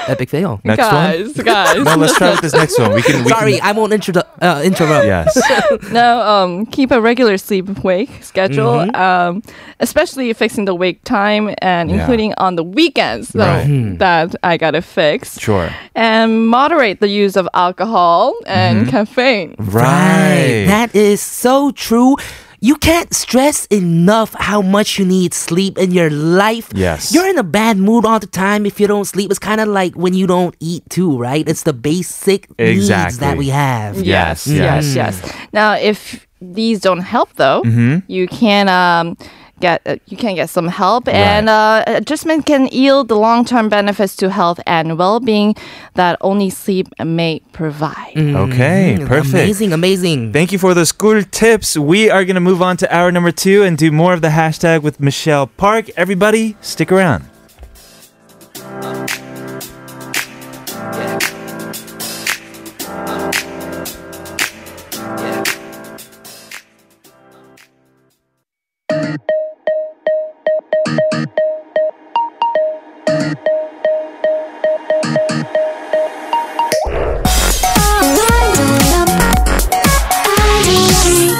[SPEAKER 1] Epic fail.
[SPEAKER 2] Next one.
[SPEAKER 5] guys, guys.
[SPEAKER 2] No, let's try with this next one. We can. We
[SPEAKER 1] Sorry,
[SPEAKER 2] Can,
[SPEAKER 1] I won't introdu- uh, interrupt.
[SPEAKER 2] yes.
[SPEAKER 5] No, um, keep a regular sleep wake schedule,
[SPEAKER 2] Mm-hmm.
[SPEAKER 5] um, especially fixing the wake time and
[SPEAKER 2] Yeah.
[SPEAKER 5] including on the weekends so
[SPEAKER 2] Right.
[SPEAKER 1] Hmm.
[SPEAKER 5] that I gotta fix.
[SPEAKER 2] Sure.
[SPEAKER 5] And moderate the use of alcohol and
[SPEAKER 2] Mm-hmm.
[SPEAKER 5] caffeine.
[SPEAKER 1] Right. That is so true. You can't stress enough how much you need sleep in your life.
[SPEAKER 2] Yes.
[SPEAKER 1] You're in a bad mood all the time if you don't sleep. It's kind of like when you don't eat too, right? It's the basic needs that we
[SPEAKER 2] Exactly.
[SPEAKER 1] have.
[SPEAKER 2] Yes,
[SPEAKER 5] yes, yes. Now, if these don't help though, you can um, get uh, you can get some help, and uh, adjustment can yield the long term benefits to health and well being that only sleep may provide.
[SPEAKER 6] Mm.
[SPEAKER 2] Okay.
[SPEAKER 5] Mm-hmm.
[SPEAKER 2] Perfect.
[SPEAKER 1] Amazing, amazing.
[SPEAKER 2] Thank you for those cool tips. We are going to move on to hour number two and do more of the hashtag with Michelle Park. Everybody, stick around.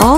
[SPEAKER 6] All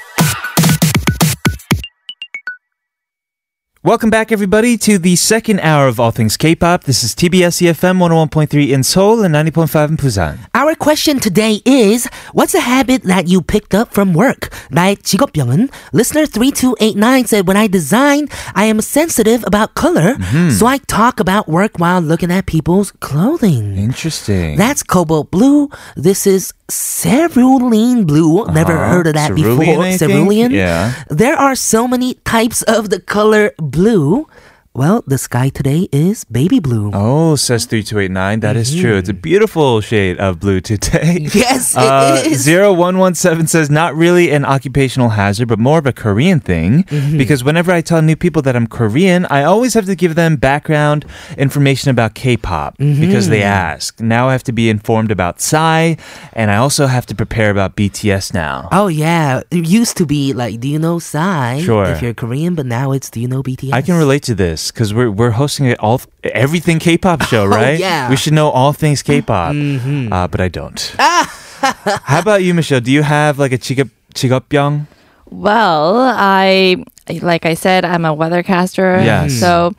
[SPEAKER 2] Welcome back, everybody, to the second hour of All Things K-pop. This is TBS EFM 101.3 in Seoul and 90.5 in Busan.
[SPEAKER 1] Our question today is What's a habit that you picked up from work? 나의 직업병은? Listener 3289 said, When I design, I am sensitive about color,
[SPEAKER 2] Mm-hmm.
[SPEAKER 1] so I talk about work while looking at people's clothing.
[SPEAKER 2] Interesting.
[SPEAKER 1] That's cobalt blue. This is cerulean blue. Never
[SPEAKER 2] Uh-huh.
[SPEAKER 1] heard of that before.
[SPEAKER 2] Cerulean, I think?
[SPEAKER 1] Cerulean.
[SPEAKER 2] Yeah.
[SPEAKER 1] There are so many types of the color blue. Well, the sky today is baby blue.
[SPEAKER 2] oh, says 3289. That is true. It's a beautiful shade of blue today.
[SPEAKER 1] Mm-hmm. Yes, it
[SPEAKER 2] Uh,
[SPEAKER 1] is.
[SPEAKER 2] 0117 says, not really an occupational hazard, but more of a Korean thing.
[SPEAKER 1] Mm-hmm.
[SPEAKER 2] Because whenever I tell new people that I'm Korean, I always have to give them background information about K pop
[SPEAKER 1] Mm-hmm.
[SPEAKER 2] because they ask. Now I have to be informed about Psy, and I also have to prepare about BTS now.
[SPEAKER 1] Oh yeah, it used to be like, do you know Psy?
[SPEAKER 2] Sure.
[SPEAKER 1] If you're Korean, but now it's do you know BTS?
[SPEAKER 2] I can relate to this because we're we're hosting it all everything K-pop
[SPEAKER 5] Oh,
[SPEAKER 2] show, right?
[SPEAKER 1] yeah.
[SPEAKER 2] We should know all things K-pop,
[SPEAKER 5] Mm-hmm.
[SPEAKER 2] uh, but I don't. How about you, Michelle? Do you have like a 직업 직업병?
[SPEAKER 5] Well, I like I said, I'm a weathercaster.
[SPEAKER 2] Yes.
[SPEAKER 5] So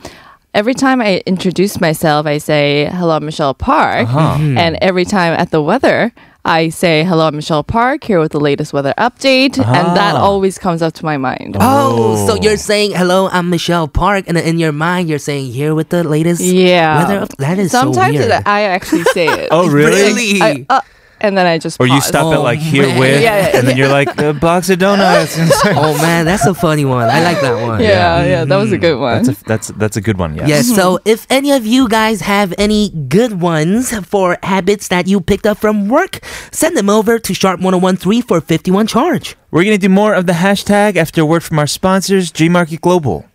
[SPEAKER 5] every time I introduce myself, I say hello, I'm Michelle Park,
[SPEAKER 1] Uh-huh.
[SPEAKER 5] and every time at the weather. I say hello, I'm Michelle Park here with the latest weather update, and that always comes up to my mind.
[SPEAKER 1] Uh-huh. Oh, so you're saying hello? I'm Michelle Park, and in your mind you're saying here with the latest.
[SPEAKER 5] Yeah,
[SPEAKER 1] weather up- that is so
[SPEAKER 5] sometimes it-
[SPEAKER 1] weird.
[SPEAKER 5] I actually say it.
[SPEAKER 2] Oh, really?
[SPEAKER 1] Really?
[SPEAKER 5] I- uh, and then I just
[SPEAKER 2] Or you
[SPEAKER 5] pause.
[SPEAKER 2] stop at like here
[SPEAKER 1] man.
[SPEAKER 2] with,
[SPEAKER 5] Oh, Yeah, yeah,
[SPEAKER 2] and then you're like a box of donuts.
[SPEAKER 1] oh man, that's a funny one. I like that one.
[SPEAKER 5] Yeah, yeah, that was a good one.
[SPEAKER 2] that's a, that's that's a good one. Yes.
[SPEAKER 1] Yes, so if any of you guys have any good ones for habits that you picked up from work, send them over to Sharp1013 for 51 charge.
[SPEAKER 2] We're gonna do more of the hashtag after a word from our sponsors, G Market Global.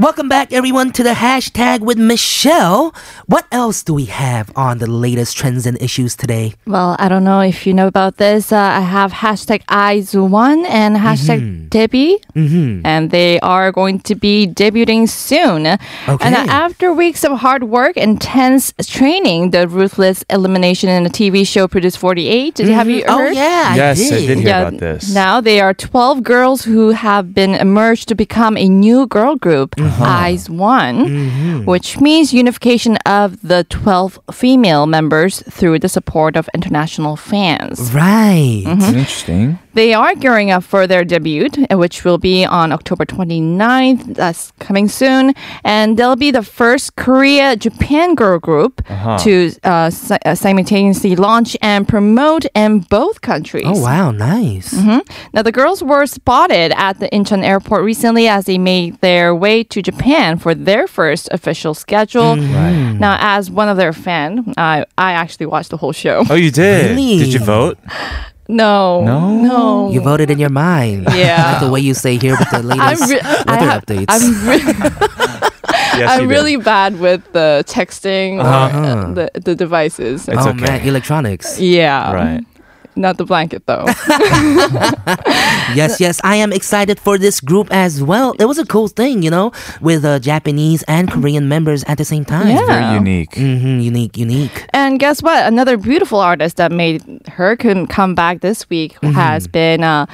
[SPEAKER 1] Welcome back, everyone, to the hashtag with Michelle. What else do we have on the latest trends and issues today?
[SPEAKER 5] Well, I don't know if you know about this. Uh, I have hashtag iZuan and
[SPEAKER 1] Mm-hmm.
[SPEAKER 5] hashtag Debbie, and they are going to be debuting soon. And
[SPEAKER 1] Okay.
[SPEAKER 5] after weeks of hard work, intense training, the ruthless elimination in a TV show produced 48. Did you have you
[SPEAKER 1] Oh
[SPEAKER 5] heard?
[SPEAKER 1] yeah,
[SPEAKER 2] yes, I did hear
[SPEAKER 5] Yeah,
[SPEAKER 2] about this.
[SPEAKER 5] Now they are 12 girls who have been emerged to become a new girl group,
[SPEAKER 2] Uh-huh.
[SPEAKER 5] Eyes One,
[SPEAKER 2] Mm-hmm.
[SPEAKER 5] which means unification of the 12 female members through the support of international fans.
[SPEAKER 1] Right.
[SPEAKER 5] Mm-hmm.
[SPEAKER 2] Interesting.
[SPEAKER 5] They are gearing up for their debut, uh, which will be on October 29th. That's coming soon. And they'll be the first Korea Japan girl group
[SPEAKER 2] Uh-huh.
[SPEAKER 5] to uh, si- uh, simultaneously launch and promote in both countries.
[SPEAKER 1] Oh wow, nice.
[SPEAKER 5] Mm-hmm. Now, the girls were spotted at the Incheon airport recently as they made their way to Japan for their first official schedule.
[SPEAKER 2] Mm-hmm.
[SPEAKER 5] Now, as one of their fan, I I actually watched the whole show.
[SPEAKER 2] Oh, you did?
[SPEAKER 1] Really?
[SPEAKER 2] Did you vote?
[SPEAKER 5] No,
[SPEAKER 2] No?
[SPEAKER 5] no.
[SPEAKER 1] You voted in your mind.
[SPEAKER 5] Yeah.
[SPEAKER 1] I like the way you say here with the
[SPEAKER 5] I'm,
[SPEAKER 1] latest
[SPEAKER 5] re- I
[SPEAKER 1] weather
[SPEAKER 5] have-
[SPEAKER 1] updates.
[SPEAKER 5] I'm, re-
[SPEAKER 2] Yes, you Uh-huh. did.
[SPEAKER 5] I'm really bad with the texting or uh, the, the devices.
[SPEAKER 2] It's
[SPEAKER 1] oh man,
[SPEAKER 2] okay.
[SPEAKER 1] electronics.
[SPEAKER 5] yeah.
[SPEAKER 2] Right.
[SPEAKER 5] Not the blanket, though.
[SPEAKER 1] Yes, yes, I am excited for this group as well. It was a cool thing, you know, with uh, Japanese and Korean members at the same time.
[SPEAKER 5] Yeah. Mm.
[SPEAKER 2] Very unique.
[SPEAKER 1] hmm unique, unique.
[SPEAKER 5] And guess what? Another beautiful artist that made her com- come back this week
[SPEAKER 2] Mm-hmm.
[SPEAKER 5] has been uh,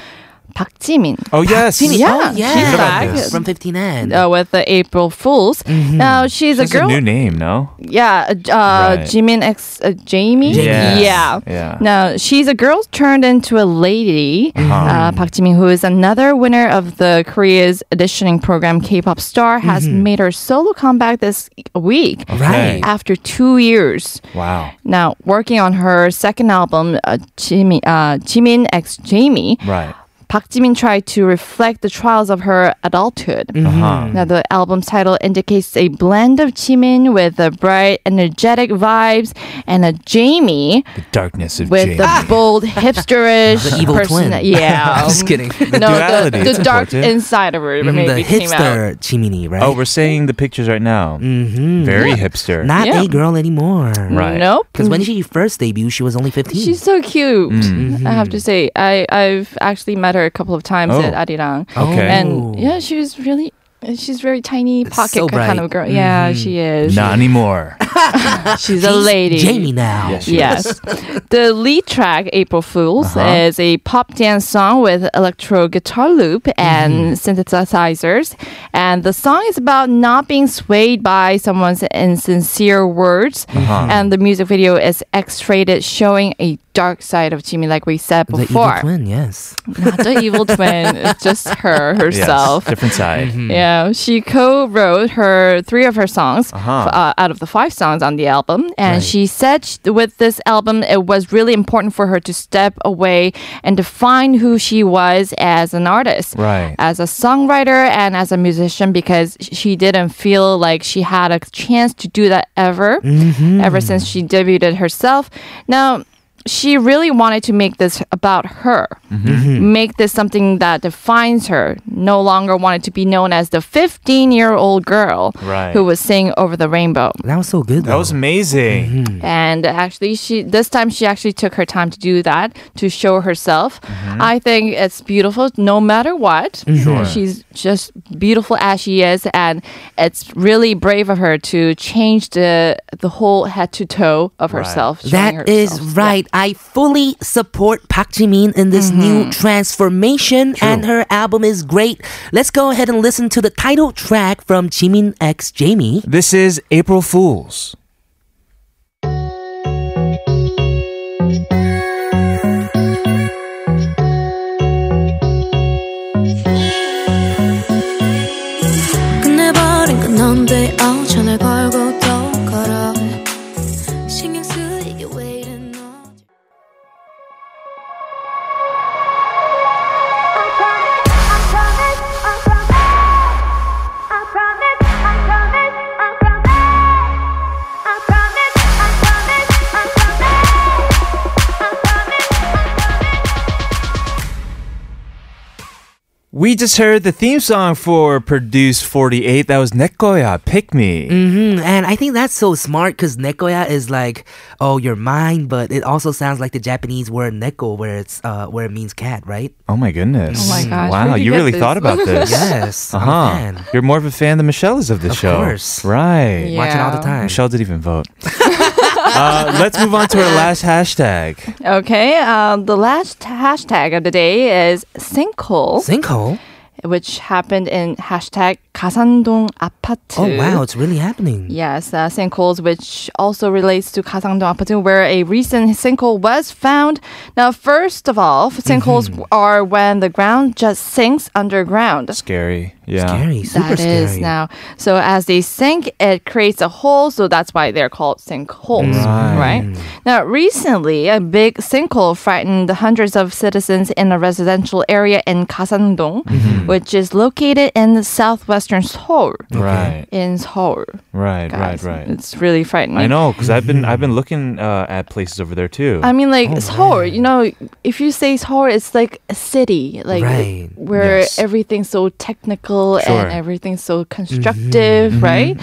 [SPEAKER 5] Park Jimin.
[SPEAKER 2] Oh yes.
[SPEAKER 1] oh,
[SPEAKER 5] Yeah,
[SPEAKER 1] yeah.
[SPEAKER 5] she's
[SPEAKER 2] Heard about
[SPEAKER 5] back
[SPEAKER 2] this.
[SPEAKER 1] from 15N.
[SPEAKER 2] Mm-hmm.
[SPEAKER 5] uh, with the April Fools. Now she's
[SPEAKER 2] That's
[SPEAKER 5] a girl.
[SPEAKER 2] new name, no?
[SPEAKER 5] yeah, uh, uh,
[SPEAKER 2] Right.
[SPEAKER 5] Jimin ex uh, Jamie.
[SPEAKER 2] Yes.
[SPEAKER 5] Yeah.
[SPEAKER 2] Yeah.
[SPEAKER 5] Now she's a girl turned into a lady,
[SPEAKER 2] Uh-huh.
[SPEAKER 5] uh, Park Jimin, who is another winner of the Korea's auditioning program K-pop Star, has
[SPEAKER 2] Mm-hmm.
[SPEAKER 5] made her solo comeback this week
[SPEAKER 1] Right.
[SPEAKER 5] after two years.
[SPEAKER 2] Wow.
[SPEAKER 5] Now working on her second album, uh, Jimin, uh, Jimin X Jamie.
[SPEAKER 2] Right.
[SPEAKER 5] Park Jimin tried to reflect the trials of her adulthood.
[SPEAKER 2] Mm-hmm. Uh-huh.
[SPEAKER 5] Now, the album's title indicates a blend of Jimin with the bright, energetic vibes and a Jamie
[SPEAKER 2] The darkness of
[SPEAKER 5] with
[SPEAKER 2] Jane.
[SPEAKER 5] the Ah. bold, hipsterish
[SPEAKER 1] Ah! The evil
[SPEAKER 5] person-
[SPEAKER 1] twin.
[SPEAKER 5] Yeah,
[SPEAKER 1] Just kidding.
[SPEAKER 5] no, the,
[SPEAKER 2] duality, it's
[SPEAKER 5] the dark
[SPEAKER 2] important.
[SPEAKER 5] inside of her
[SPEAKER 1] Mm, the
[SPEAKER 5] maybe came out.
[SPEAKER 1] hipster Chimini, right?
[SPEAKER 2] oh, we're seeing the pictures right now. Mm-hmm. Very hipster.
[SPEAKER 1] Not
[SPEAKER 5] Yeah.
[SPEAKER 1] a girl anymore.
[SPEAKER 2] Right.
[SPEAKER 5] Nope.
[SPEAKER 1] Because when she first debuted, she was only 15.
[SPEAKER 5] She's so cute.
[SPEAKER 2] Mm.
[SPEAKER 1] Mm.
[SPEAKER 5] I have to say, I I've actually met her a couple of times
[SPEAKER 2] Oh.
[SPEAKER 5] at Arirang.
[SPEAKER 2] Okay.
[SPEAKER 5] and yeah, she was really. She's very tiny pocket
[SPEAKER 1] So
[SPEAKER 5] kind of
[SPEAKER 1] bright. Mm-hmm.
[SPEAKER 5] girl. Yeah, she is.
[SPEAKER 2] Not anymore.
[SPEAKER 5] She's a lady.
[SPEAKER 1] Jamie now.
[SPEAKER 2] Yes, she is.
[SPEAKER 5] Yes. the lead track, April Fools,
[SPEAKER 1] Uh-huh.
[SPEAKER 5] is a pop dance song with electro guitar loop
[SPEAKER 1] Mm-hmm.
[SPEAKER 5] and synthesizers. And the song is about not being swayed by someone's insincere words.
[SPEAKER 1] Uh-huh.
[SPEAKER 5] And the music video is X rated, showing a dark side of Jimmy, like we said
[SPEAKER 1] The evil
[SPEAKER 5] before.
[SPEAKER 1] twin, yes.
[SPEAKER 5] Not the evil twin, it's just her
[SPEAKER 2] Yes,
[SPEAKER 5] herself.
[SPEAKER 2] different side.
[SPEAKER 5] Mm-hmm. Yeah, she co-wrote her three of her songs f- uh, out of the five songs on the album, and she said sh with this album it was really important for her to step away and define who she was as an artist,
[SPEAKER 2] Right.
[SPEAKER 5] as a songwriter and as a musician, because sh- she didn't feel like she had a chance to do that ever,
[SPEAKER 2] Mm-hmm.
[SPEAKER 5] ever since she debuted herself. Now. She really wanted to make this about her
[SPEAKER 2] Mm-hmm.
[SPEAKER 5] make this something that defines her. No longer wanted to be known as the 15 year old girl
[SPEAKER 2] Right.
[SPEAKER 5] who was singing over the rainbow.
[SPEAKER 1] That was so good.
[SPEAKER 2] That was amazing.
[SPEAKER 5] And actually, she this time she actually took her time to do that to show herself. I think it's beautiful, no matter what. She's just beautiful as she is, and it's really brave of her to change the the whole head to toe of herself. showing
[SPEAKER 1] That is
[SPEAKER 5] herself. Yeah.
[SPEAKER 1] right. I fully support Park Jimin in this new
[SPEAKER 5] Mm-hmm.
[SPEAKER 1] transformation, and her album is great. Let's go ahead and listen to the title track from Jimin X Jamie.
[SPEAKER 2] This is April Fools.
[SPEAKER 7] 끝내버린 건 넌데 아우 전을 걸고 또 걸어 신경 쓰이게 왜 이래 너
[SPEAKER 2] We just heard the theme song for Produce 48. That was Nekoya, Pick Me.
[SPEAKER 1] Mm, and I think that's so smart because Nekoya is like, oh, you're mine, but it also sounds like the Japanese word Neko, where it's uh, where it means cat, right?
[SPEAKER 2] Oh my goodness.
[SPEAKER 5] Oh my gosh,
[SPEAKER 2] Wow,
[SPEAKER 5] where'd
[SPEAKER 2] you,
[SPEAKER 5] you get
[SPEAKER 2] really
[SPEAKER 5] this?
[SPEAKER 2] thought about this.
[SPEAKER 1] Yes. Oh, I'm a
[SPEAKER 2] Uh-huh.
[SPEAKER 1] fan.
[SPEAKER 2] You're more of a fan than Michelle is of this
[SPEAKER 1] Of
[SPEAKER 2] show.
[SPEAKER 1] course.
[SPEAKER 2] Right.
[SPEAKER 5] Yeah.
[SPEAKER 1] Watch it all the time.
[SPEAKER 2] Michelle didn't even vote. uh, let's move on to our last hashtag.
[SPEAKER 5] Okay, um, the last hashtag of the day is sinkhole,
[SPEAKER 1] Sinkhole?
[SPEAKER 5] which happened in hashtag 가산동 아파트.
[SPEAKER 1] Oh, wow, it's really happening.
[SPEAKER 5] Yes, uh, sinkholes, which also relates to Gasangdong Apartment, where a recent sinkhole was found. Now, first of all, sinkholes
[SPEAKER 1] Mm-hmm.
[SPEAKER 5] are when the ground just sinks underground.
[SPEAKER 2] Scary. Yeah.
[SPEAKER 1] Scary, super
[SPEAKER 5] That
[SPEAKER 1] scary.
[SPEAKER 5] is now. So as they sink, it creates a hole. So that's why they're called sinkholes,
[SPEAKER 1] Mm.
[SPEAKER 5] right? Now, recently, a big sinkhole frightened hundreds of citizens in a residential area in Gasangdong,
[SPEAKER 1] Mm-hmm.
[SPEAKER 5] which is located in the southwestern Seoul.
[SPEAKER 1] Mm.
[SPEAKER 2] Right.
[SPEAKER 5] In Seoul,
[SPEAKER 2] Right,
[SPEAKER 5] guys,
[SPEAKER 2] right, right.
[SPEAKER 5] It's really frightening.
[SPEAKER 2] I know because I've been I've been looking uh, at places over there too.
[SPEAKER 5] I mean,
[SPEAKER 2] Oh,
[SPEAKER 5] like Seoul. You know, if you say Seoul, it's like a city, like
[SPEAKER 1] Right.
[SPEAKER 5] where
[SPEAKER 2] Yes.
[SPEAKER 5] everything's so technical
[SPEAKER 2] Sure. Mm-hmm.
[SPEAKER 5] and everything's so constructive, right?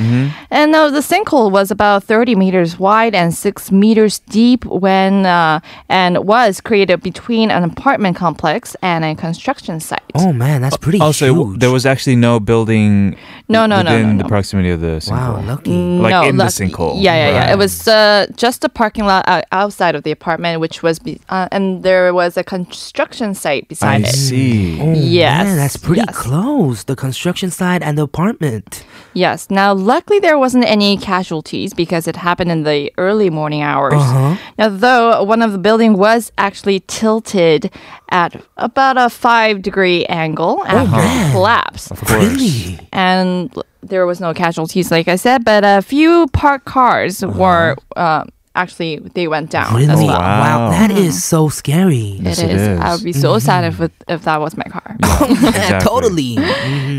[SPEAKER 5] And now the sinkhole was about 30 meters wide and six meters deep when uh, and was created between an apartment complex and a construction site.
[SPEAKER 1] Oh, man, that's pretty
[SPEAKER 2] also,
[SPEAKER 1] huge.
[SPEAKER 2] w- there was actually no building
[SPEAKER 5] No, no, no, no,
[SPEAKER 2] within the
[SPEAKER 5] no.
[SPEAKER 2] proximity of the sinkhole.
[SPEAKER 1] wow, lucky.
[SPEAKER 2] Like
[SPEAKER 5] no,
[SPEAKER 2] in the
[SPEAKER 5] lucky-
[SPEAKER 2] sinkhole.
[SPEAKER 5] Yeah, yeah, yeah.
[SPEAKER 2] Right.
[SPEAKER 5] It was uh, just a parking lot uh, outside of the apartment, which was, be- uh, and there was a construction site
[SPEAKER 2] I
[SPEAKER 5] beside it.
[SPEAKER 2] see.
[SPEAKER 1] Oh,
[SPEAKER 5] Yes,
[SPEAKER 1] man, that's pretty
[SPEAKER 5] yes.
[SPEAKER 1] close. The construction site and the apartment.
[SPEAKER 5] Yes. Now, luckily, there wasn't any casualties because it happened in the early morning hours.
[SPEAKER 2] Uh-huh.
[SPEAKER 5] Now, though, one of the building was actually tilted at about a five degree angle after
[SPEAKER 1] man.
[SPEAKER 5] it collapsed,
[SPEAKER 2] Oh, Of course.
[SPEAKER 1] Really?
[SPEAKER 5] and l- there was no casualties, like I said. But a few parked cars
[SPEAKER 2] Uh-huh.
[SPEAKER 5] were uh, actually they went down
[SPEAKER 1] Really?
[SPEAKER 5] as well.
[SPEAKER 1] wow.
[SPEAKER 2] Wow.
[SPEAKER 1] that is so scary.
[SPEAKER 5] It is.
[SPEAKER 2] it is. Mm-hmm.
[SPEAKER 5] I would be so sad if it, if that was my car.
[SPEAKER 1] Yeah, Oh. totally.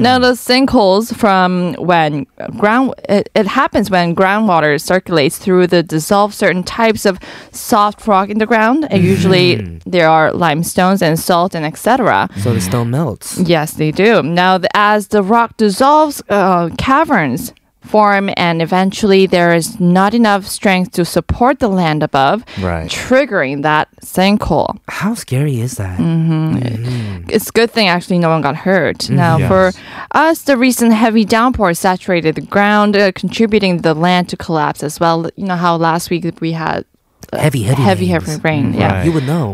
[SPEAKER 5] Now the sinkholes from when ground it, it happens when groundwater circulates through the dissolved certain types of soft rock in the ground. And
[SPEAKER 2] Mm-hmm.
[SPEAKER 5] usually there are limestones and salt and etc.
[SPEAKER 1] so the
[SPEAKER 5] Mm.
[SPEAKER 1] stone melts.
[SPEAKER 5] Yes, they do. Now the, as the rock dissolves, uh, caverns form, and eventually there is not enough strength to support the land above,
[SPEAKER 2] Right.
[SPEAKER 5] triggering that sinkhole.
[SPEAKER 1] How scary is that?
[SPEAKER 5] Mm. It's a good thing actually no one got hurt. Now,
[SPEAKER 2] Yes.
[SPEAKER 5] for us, the recent heavy downpour saturated the ground, uh, contributing the land to collapse as well. You know how last week we had
[SPEAKER 1] Heavy, heavy,
[SPEAKER 5] heavy, Mm.
[SPEAKER 1] rains.
[SPEAKER 5] heavy rain. Yeah.
[SPEAKER 2] Right.
[SPEAKER 1] You would know.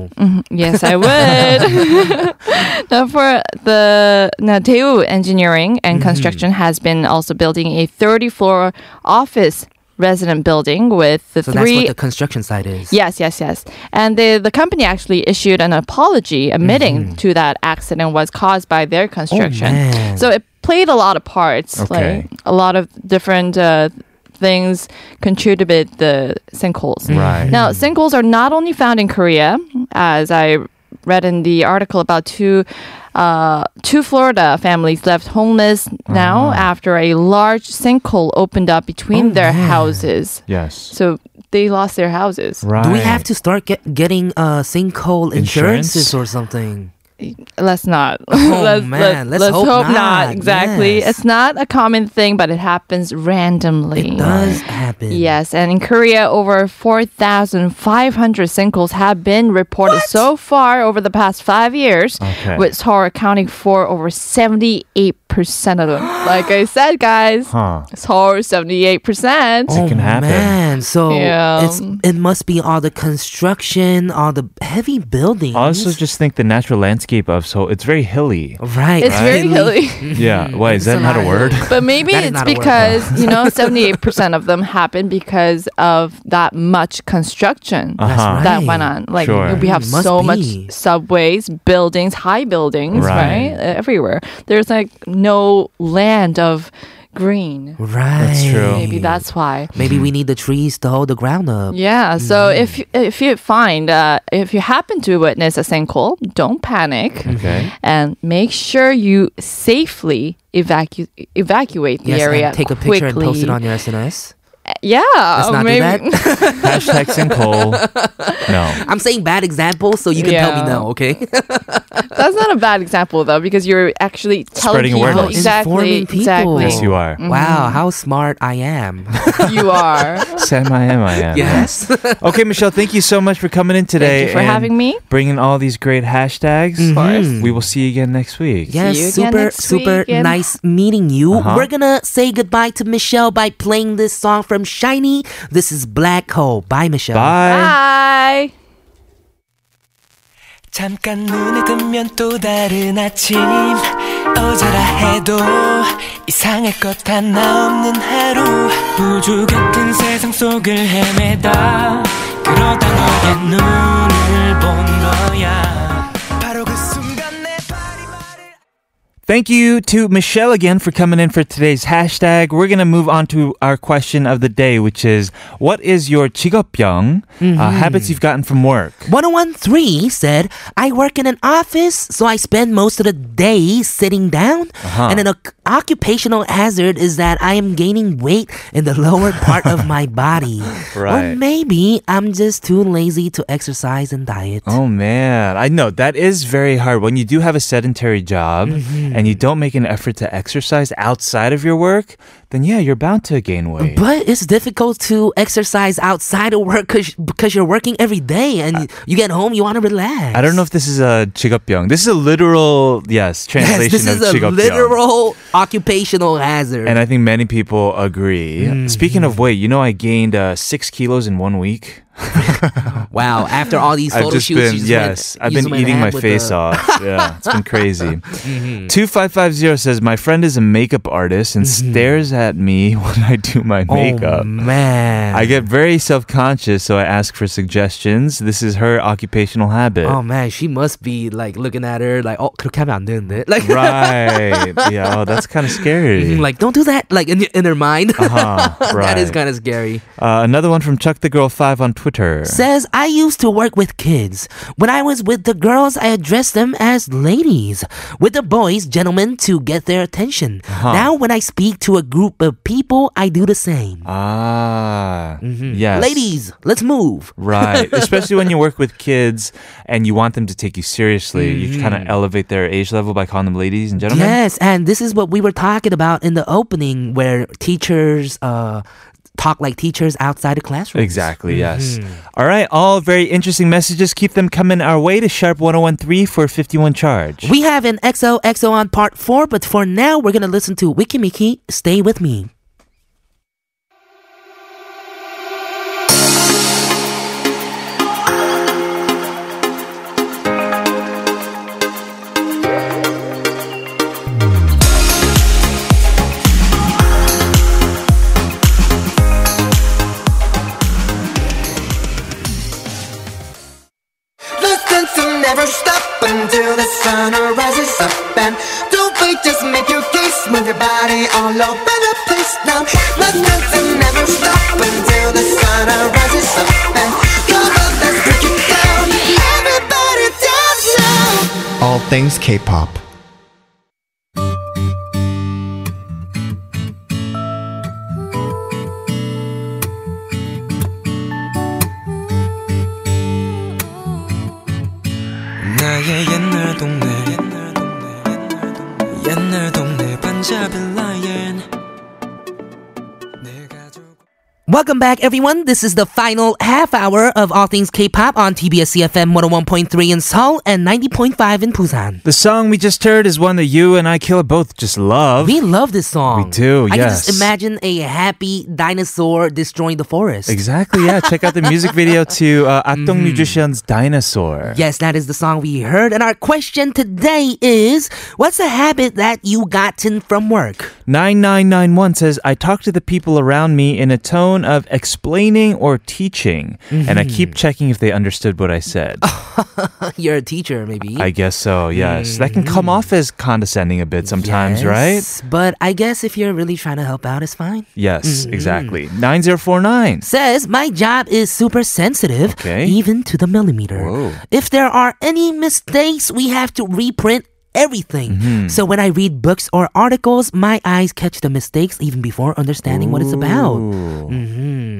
[SPEAKER 5] Yes, I would. now, for the now, Daewoo Engineering and Construction has been also building a 30-floor office resident building with the
[SPEAKER 1] So that's
[SPEAKER 5] three.
[SPEAKER 1] what the construction site is.
[SPEAKER 5] Yes, yes, yes. And the the company actually issued an apology admitting
[SPEAKER 2] Mm-hmm.
[SPEAKER 5] to that accident was caused by their construction.
[SPEAKER 1] man.
[SPEAKER 5] so it played a lot of parts,
[SPEAKER 2] Oh, Okay.
[SPEAKER 5] like a lot of different uh, things contributed the sinkholes.
[SPEAKER 2] Mm-hmm. Right.
[SPEAKER 5] Now, sinkholes are not only found in Korea, as I read in the article about two. Uh, two Florida families left homeless now
[SPEAKER 2] Ah.
[SPEAKER 5] after a large sinkhole opened up
[SPEAKER 2] Oh,
[SPEAKER 5] between their houses.
[SPEAKER 2] Yes.
[SPEAKER 5] So they lost their houses.
[SPEAKER 2] Right.
[SPEAKER 1] Do we have to start get, getting uh, sinkhole
[SPEAKER 2] Insurance?
[SPEAKER 1] insurances or something?
[SPEAKER 5] Let's not.
[SPEAKER 1] Oh, man. Let's hope not.
[SPEAKER 5] Exactly.
[SPEAKER 1] Yes.
[SPEAKER 5] It's not a common thing, but it happens randomly.
[SPEAKER 1] It does happen.
[SPEAKER 5] Yes, and in Korea, over 4,500 sinkholes have been reported so far over the past five years,
[SPEAKER 2] Okay.
[SPEAKER 5] with Seoul accounting for over 78% of them. like I said, guys,
[SPEAKER 2] Huh.
[SPEAKER 5] Seoul 78%.
[SPEAKER 1] Oh,
[SPEAKER 2] It can happen.
[SPEAKER 1] Man, so
[SPEAKER 5] Yeah.
[SPEAKER 1] it's it must be all the construction, all the heavy buildings.
[SPEAKER 2] I also just think the natural landscape of Seoul, it's very hilly.
[SPEAKER 1] right.
[SPEAKER 5] It's very hilly.
[SPEAKER 2] Yeah. Why is that
[SPEAKER 1] a
[SPEAKER 2] not a
[SPEAKER 1] lot.
[SPEAKER 2] word?
[SPEAKER 5] But maybe
[SPEAKER 1] That is
[SPEAKER 5] it's
[SPEAKER 1] not a word,
[SPEAKER 5] because, you know, 78% of them happen because of that much construction
[SPEAKER 2] Uh-huh.
[SPEAKER 1] That's
[SPEAKER 5] that
[SPEAKER 1] right.
[SPEAKER 5] went on. Like,
[SPEAKER 2] Sure.
[SPEAKER 5] we have
[SPEAKER 1] Mm, must
[SPEAKER 5] so
[SPEAKER 1] be.
[SPEAKER 5] much subways, buildings, high buildings,
[SPEAKER 2] Right.
[SPEAKER 5] right. e-, Everywhere. There's like no land of green.
[SPEAKER 1] Right.
[SPEAKER 2] That's true.
[SPEAKER 5] Maybe that's why.
[SPEAKER 1] Maybe we need the trees to hold the ground up.
[SPEAKER 5] Yeah. So if you- if you find uh, if you happen to witness a sinkhole, don't panic
[SPEAKER 2] Okay.
[SPEAKER 5] and make sure you safely evacu- evacuate the
[SPEAKER 1] Yes,
[SPEAKER 5] area.
[SPEAKER 1] and take a picture and post it
[SPEAKER 5] quickly. Oh,
[SPEAKER 1] on your SNS.
[SPEAKER 5] Yeah,
[SPEAKER 1] Let's not do that.
[SPEAKER 2] Hashtag sinkhole. No.
[SPEAKER 1] I'm saying bad examples, so you can tell me
[SPEAKER 5] Yeah.
[SPEAKER 1] no, okay?
[SPEAKER 5] that's not a bad example though, because you're actually telling
[SPEAKER 2] Spreading
[SPEAKER 5] people
[SPEAKER 2] awareness.
[SPEAKER 5] Oh, exactly,
[SPEAKER 1] Informing people.
[SPEAKER 5] exactly.
[SPEAKER 2] Yes, you are.
[SPEAKER 1] Wow, how smart I am.
[SPEAKER 5] You are.
[SPEAKER 2] Sam, I am. I am.
[SPEAKER 1] yes.
[SPEAKER 2] Okay, Michelle, thank you so much for coming in today.
[SPEAKER 5] Thank you for
[SPEAKER 2] and
[SPEAKER 5] having me.
[SPEAKER 2] Bringing all these great hashtags. Of
[SPEAKER 1] course.
[SPEAKER 2] We will see you again next week.
[SPEAKER 1] yes,
[SPEAKER 5] you
[SPEAKER 1] super,
[SPEAKER 5] again next week,
[SPEAKER 1] super
[SPEAKER 5] and-
[SPEAKER 1] nice meeting you.
[SPEAKER 2] Uh-huh.
[SPEAKER 1] We're gonna say goodbye to Michelle by playing this song from Shiny. This is Black Hole. Bye, Michelle.
[SPEAKER 5] Ah.
[SPEAKER 2] Bye.
[SPEAKER 5] Bye.
[SPEAKER 4] 잠깐 눈이 뜨면 또 다른 아침 어제라 해도 이상할 것 하나 없는 하루 우주 같은 세상 속을 헤매다 그러다 너의 눈을 본 거야 바로 그 순간 내 발이 말을
[SPEAKER 2] Thank you to Michelle again for coming in for today's hashtag. We're going to move on to our question of the day, which is what is your 직업병,
[SPEAKER 5] Mm-hmm.
[SPEAKER 2] uh, habits you've gotten from work?
[SPEAKER 1] 1013 said, I work in an office, so I spend most of the day sitting down.
[SPEAKER 5] Uh-huh.
[SPEAKER 1] And an oc- occupational hazard is that I am gaining weight in the lower part of my body. Or
[SPEAKER 2] Right.
[SPEAKER 1] maybe I'm just too lazy to exercise and diet.
[SPEAKER 2] Oh man, I know that is very hard when you do have a sedentary job
[SPEAKER 1] Mm-hmm.
[SPEAKER 2] and you don't make an effort to exercise outside of your work, then yeah, you're bound to gain weight.
[SPEAKER 1] But it's difficult to exercise outside of work cause, because you're working every day and you get home, you want to relax.
[SPEAKER 2] I don't know if this is a 직업병. This is a literal, yes, translation
[SPEAKER 1] Yes, this
[SPEAKER 2] of
[SPEAKER 1] is a
[SPEAKER 2] 직업병.
[SPEAKER 1] literal occupational hazard.
[SPEAKER 2] And I think many people agree.
[SPEAKER 1] Mm-hmm.
[SPEAKER 2] Speaking of weight, you know, I gained uh, six kilos in one week.
[SPEAKER 1] wow, after all these photo
[SPEAKER 2] I've just
[SPEAKER 1] shoots,
[SPEAKER 2] been,
[SPEAKER 1] you just went-
[SPEAKER 2] yes, I've
[SPEAKER 1] you just
[SPEAKER 2] been
[SPEAKER 1] went
[SPEAKER 2] eating my
[SPEAKER 1] ham with
[SPEAKER 2] face
[SPEAKER 1] the- Mm-hmm.
[SPEAKER 2] off. Yeah, it's been crazy. 2550 says, My friend is a makeup artist and
[SPEAKER 1] Mm-hmm.
[SPEAKER 2] stares at me when I do my
[SPEAKER 1] Oh,
[SPEAKER 2] makeup.
[SPEAKER 1] man.
[SPEAKER 2] I get very self conscious, so I ask for suggestions. This is her occupational habit.
[SPEAKER 1] Oh man, she must be like looking at her like, oh, 그렇게 하면 안 되는데. Like,
[SPEAKER 2] right. Yeah, oh, that's kind of scary.
[SPEAKER 1] like don't do that. Like in in her mind,
[SPEAKER 2] Huh,
[SPEAKER 1] that is
[SPEAKER 2] Uh, right.
[SPEAKER 1] kind of scary.
[SPEAKER 2] Uh, another one from Chuck the Girl 5 on Twitter.
[SPEAKER 1] says, I used to work with kids. When I was with the girls, I addressed them as ladies. With the boys, gentlemen, to get their attention.
[SPEAKER 2] Uh-huh.
[SPEAKER 1] Now, when I speak to a group of people, I do the same.
[SPEAKER 2] Ah, yes.
[SPEAKER 1] Ladies, let's move.
[SPEAKER 2] Right. Especially when you work with kids and you want them to take you seriously, you kind of elevate their age level by calling them ladies and gentlemen.
[SPEAKER 1] Yes, and this is what we were talking about in the opening where teachers uh, talk like teachers outside the classroom.
[SPEAKER 2] Exactly, yes. All right, all very interesting messages. Keep them coming our way to Sharp 1013 for 51 charge.
[SPEAKER 1] We have an XOXO on part four, but for now, we're going to listen to Wiki Miki, Stay With Me.
[SPEAKER 8] Listen to never stop until the sun rises up and don't wait, just make your case, move your body all over the place now. Listen to never stop until the sun rises up and come on, let's break it down. Everybody dance now. All things K-pop.
[SPEAKER 4] 나의 옛날 동네 옛날 동네 반자빌 라인
[SPEAKER 1] Welcome back, everyone. This is the final half hour of All Things K-pop on TBS CFM 101.3 in Seoul and 90.5 in Busan.
[SPEAKER 2] The song we just heard is one that you and I, Killa, both just love.
[SPEAKER 1] We love this song.
[SPEAKER 2] We do,
[SPEAKER 1] I can just
[SPEAKER 2] yes.
[SPEAKER 1] imagine a happy dinosaur destroying the forest.
[SPEAKER 2] Exactly, yeah. Check out the music video to uh,
[SPEAKER 1] Mm-hmm.
[SPEAKER 2] Akdong Musician's Dinosaur.
[SPEAKER 1] Yes, that is the song we heard. And our question today is What's a habit that you gotten from work?
[SPEAKER 2] 9991 says, I talk to the people around me in a tone of explaining or teaching, and
[SPEAKER 1] Mm-hmm.
[SPEAKER 2] I keep checking if they understood what I said.
[SPEAKER 1] Oh. You're a teacher, maybe.
[SPEAKER 2] I guess so, yes. That can come off as condescending a bit sometimes,
[SPEAKER 1] Mm-hmm.
[SPEAKER 2] right?
[SPEAKER 1] Yes, But I guess if you're really trying to help out, it's fine.
[SPEAKER 2] Yes,
[SPEAKER 1] Mm-hmm.
[SPEAKER 2] exactly. 9049.
[SPEAKER 1] says, My job is super sensitive,
[SPEAKER 2] Okay.
[SPEAKER 1] even to the millimeter.
[SPEAKER 2] Whoa.
[SPEAKER 1] If there are any mistakes, we have to reprint everything.
[SPEAKER 2] Mm-hmm.
[SPEAKER 1] So when I read books or articles, my eyes catch the mistakes even before understanding what it's about.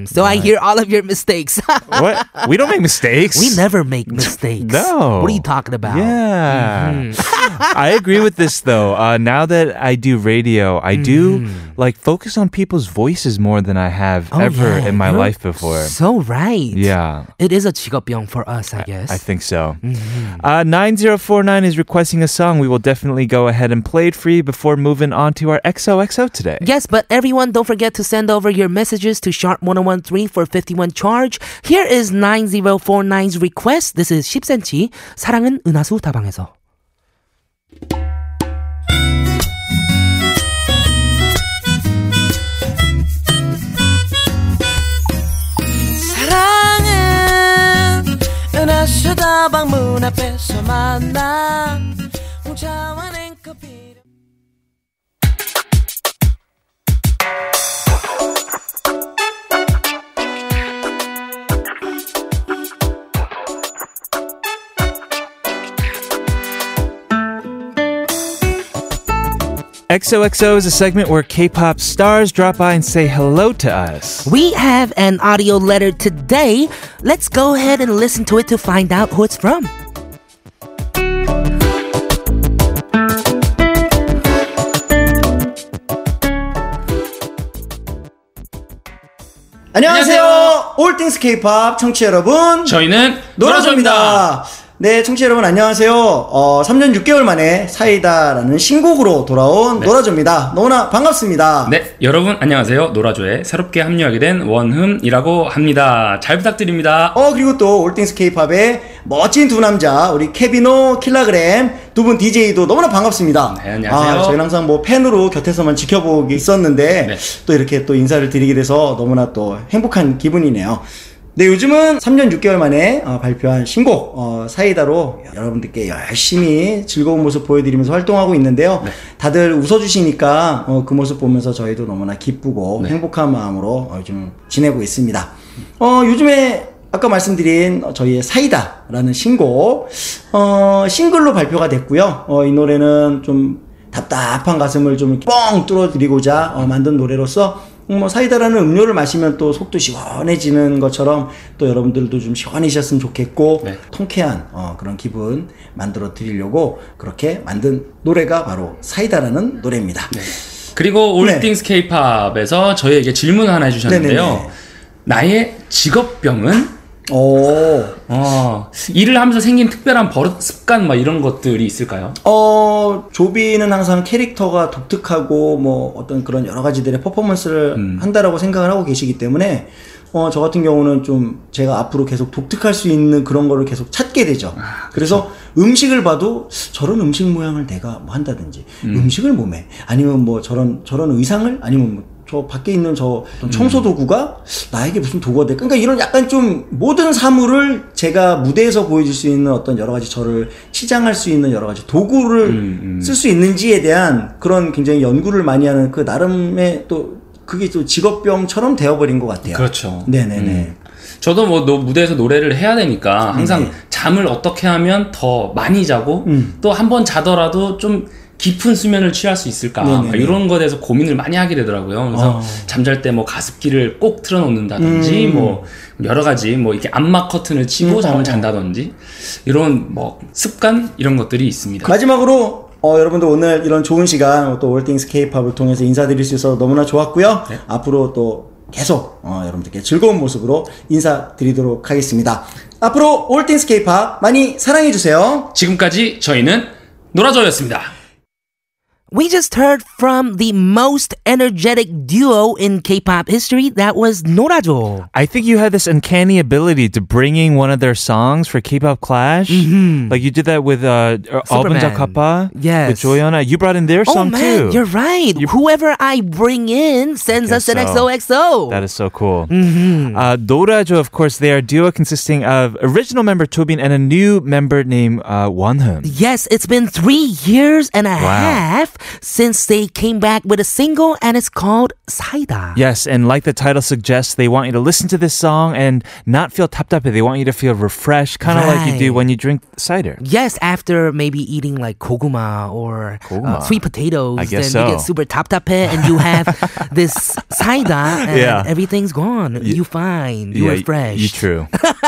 [SPEAKER 1] So I hear all of your mistakes.
[SPEAKER 2] what? We don't make mistakes.
[SPEAKER 1] we never make mistakes.
[SPEAKER 2] No.
[SPEAKER 1] What are you talking about? Mm-hmm.
[SPEAKER 2] Yeah. I agree with this though. Uh, now that I do radio, I do like focus on people's voices more than I have
[SPEAKER 1] Mm-hmm. Oh,
[SPEAKER 2] ever
[SPEAKER 1] yeah.
[SPEAKER 2] in my
[SPEAKER 1] You're
[SPEAKER 2] life before.
[SPEAKER 1] So right.
[SPEAKER 2] Yeah.
[SPEAKER 1] It is a 직업병 for us, I guess.
[SPEAKER 2] I think so.
[SPEAKER 1] Mm-hmm.
[SPEAKER 2] Uh, 9049 is requesting a song. We will definitely go ahead and play it for you before moving on to our XOXO today.
[SPEAKER 1] Yes, but everyone, don't forget to send over your messages to sharp1013 for 51 charge. Here is 9049's request. This is 10cm. 사랑은 은하수 다방에서.
[SPEAKER 4] 사랑은 은하수 다방 문 앞에서 만나 우차와 냉커피
[SPEAKER 2] XOXO is a segment where K pop stars drop by and say hello to us.
[SPEAKER 1] We have an audio letter today. Let's go ahead and listen to it to find out who it's from.
[SPEAKER 9] 안녕하세요. 올띵스 케이팝 청취 자 여러분.
[SPEAKER 10] 저희는 놀아줍니다.
[SPEAKER 9] 노라조입니다. 네, 청취자 여러분 안녕하세요. 어, 3년 6개월 만에 사이다라는 신곡으로 돌아온 노라조입니다. 너무나 반갑습니다.
[SPEAKER 10] 네, 여러분 안녕하세요. 노라조에 새롭게 합류하게 된 원흠이라고 합니다. 잘 부탁드립니다.
[SPEAKER 9] 어, 그리고 또 올띵스 케이팝의 멋진 두 남자, 우리 케비노 킬라그램 두 분 DJ도 너무나 반갑습니다.
[SPEAKER 10] 네, 안녕하세요.
[SPEAKER 9] 아, 저희는 항상 뭐 팬으로 곁에서만 지켜보고 있었는데
[SPEAKER 10] 네.
[SPEAKER 9] 또 이렇게 또 인사를 드리게 돼서 너무나 또 행복한 기분이네요. 네, 요즘은 3년 6개월 만에 어, 발표한 신곡 어, 사이다로 여러분들께 열심히 즐거운 모습 보여드리면서 활동하고 있는데요. 다들 웃어주시니까 어, 그 모습 보면서 저희도 너무나 기쁘고 행복한 마음으로 어, 요즘 지내고 있습니다. 어, 요즘에 아까 말씀드린 저희의 사이다라는 신곡 어, 싱글로 발표가 됐고요. 어, 이 노래는 좀 답답한 가슴을 좀 뻥 뚫어드리고자 어, 만든 노래로서 음, 뭐 사이다라는 음료를 마시면 또 속도 시원해지는 것처럼 또 여러분들도 좀 시원해지셨으면 좋겠고 통쾌한 어, 그런 기분 만들어 드리려고 그렇게 만든 노래가 바로 사이다라는 노래입니다.
[SPEAKER 10] 그리고
[SPEAKER 9] 네.
[SPEAKER 10] 올띵스 케이팝에서 저희에게 질문 하나 해주셨는데요.
[SPEAKER 9] 네네네.
[SPEAKER 10] 나의 직업병은?
[SPEAKER 9] 오.
[SPEAKER 10] 어, 일을 하면서 생긴 특별한 버릇, 습관, 막 이런 것들이 있을까요?
[SPEAKER 9] 어, 조비는 항상 캐릭터가 독특하고 뭐 어떤 그런 여러 가지들의 퍼포먼스를 한다라고 생각을 하고 계시기 때문에 어, 저 같은 경우는 좀 제가 앞으로 계속 독특할 수 있는 그런 거를 계속 찾게 되죠. 아, 그래서 음식을 봐도 저런 음식 모양을 내가 뭐 한다든지 음. 식을 몸에 아니면 뭐 저런 저런 의상을 아니면 뭐 저 밖에 있는 저
[SPEAKER 10] 음.
[SPEAKER 9] 어떤 청소 도구가 나에게 무슨 도구가 될까? 그러니까 이런 약간 좀 모든 사물을 제가 무대에서 보여줄 수 있는 어떤 여러 가지 저를 치장할 수 있는 여러 가지 도구를
[SPEAKER 10] 음,
[SPEAKER 9] 쓸 수 있는지에 대한 그런 굉장히 연구를 많이 하는 그 나름의 또 그게 또 직업병처럼 되어버린 것 같아요.
[SPEAKER 10] 그렇죠.
[SPEAKER 9] 네네네.
[SPEAKER 10] 저도 뭐 노- 무대에서 노래를 해야 되니까 항상
[SPEAKER 9] 음, 네네.
[SPEAKER 10] 잠을 어떻게 하면 더 많이 자고
[SPEAKER 9] 음.
[SPEAKER 10] 또 한 번 자더라도 좀 깊은 수면을 취할 수 있을까
[SPEAKER 9] 네네네.
[SPEAKER 10] 막 이런 것에 대해서 고민을 많이 하게 되더라고요. 그래서
[SPEAKER 9] 어.
[SPEAKER 10] 잠잘 때 뭐 가습기를 꼭 틀어놓는다든지
[SPEAKER 9] 음.
[SPEAKER 10] 뭐 여러 가지 뭐 이렇게 암막 커튼을 치고
[SPEAKER 9] 음.
[SPEAKER 10] 잠을 잔다든지 이런 뭐 습관 이런 것들이 있습니다.
[SPEAKER 9] 그 마지막으로 어, 여러분들 오늘 이런 좋은 시간 또 월딩스 케이팝을 통해서 인사드릴 수 있어서 너무나 좋았고요.
[SPEAKER 10] 네.
[SPEAKER 9] 앞으로 또 계속 어, 여러분들께 즐거운 모습으로 인사드리도록 하겠습니다. 앞으로 월딩스 케이팝 많이 사랑해 주세요.
[SPEAKER 10] 지금까지 저희는 놀아줘였습니다.
[SPEAKER 1] We just heard from the most energetic duo in K-pop history. That was Norajo.
[SPEAKER 2] I think you had this uncanny ability to bringing one of their songs for K-pop Clash. Like you did that with uh, Alban
[SPEAKER 1] Mm-hmm. Superman.
[SPEAKER 2] Kappa.
[SPEAKER 1] Yes.
[SPEAKER 2] With Joyona. You brought in their
[SPEAKER 1] Oh
[SPEAKER 2] song
[SPEAKER 1] man,
[SPEAKER 2] too.
[SPEAKER 1] you're right. Whoever I bring in sends us
[SPEAKER 2] guess
[SPEAKER 1] an
[SPEAKER 2] so.
[SPEAKER 1] XOXO.
[SPEAKER 2] That is so cool.
[SPEAKER 1] Mm-hmm.
[SPEAKER 2] Uh, Dorajo, of course, they are a duo consisting of original member Tobin and a new member named uh, Wonhun.
[SPEAKER 1] Yes, it's been three years and a half since they came back with a single, and it's called Saida.
[SPEAKER 2] Yes, and like the title suggests, they want you to listen to this song and not feel tapped up. They want you to feel refreshed, kind of like you do
[SPEAKER 1] Right.
[SPEAKER 2] when you drink cider.
[SPEAKER 1] Yes, after maybe eating like koguma or uh,
[SPEAKER 2] Koguma.
[SPEAKER 1] sweet potatoes,
[SPEAKER 2] I guess
[SPEAKER 1] then you get
[SPEAKER 2] so.
[SPEAKER 1] super top top and you have this saida, and
[SPEAKER 2] Yeah.
[SPEAKER 1] everything's gone. you fine. You
[SPEAKER 2] Yeah,
[SPEAKER 1] are fresh.
[SPEAKER 2] You true.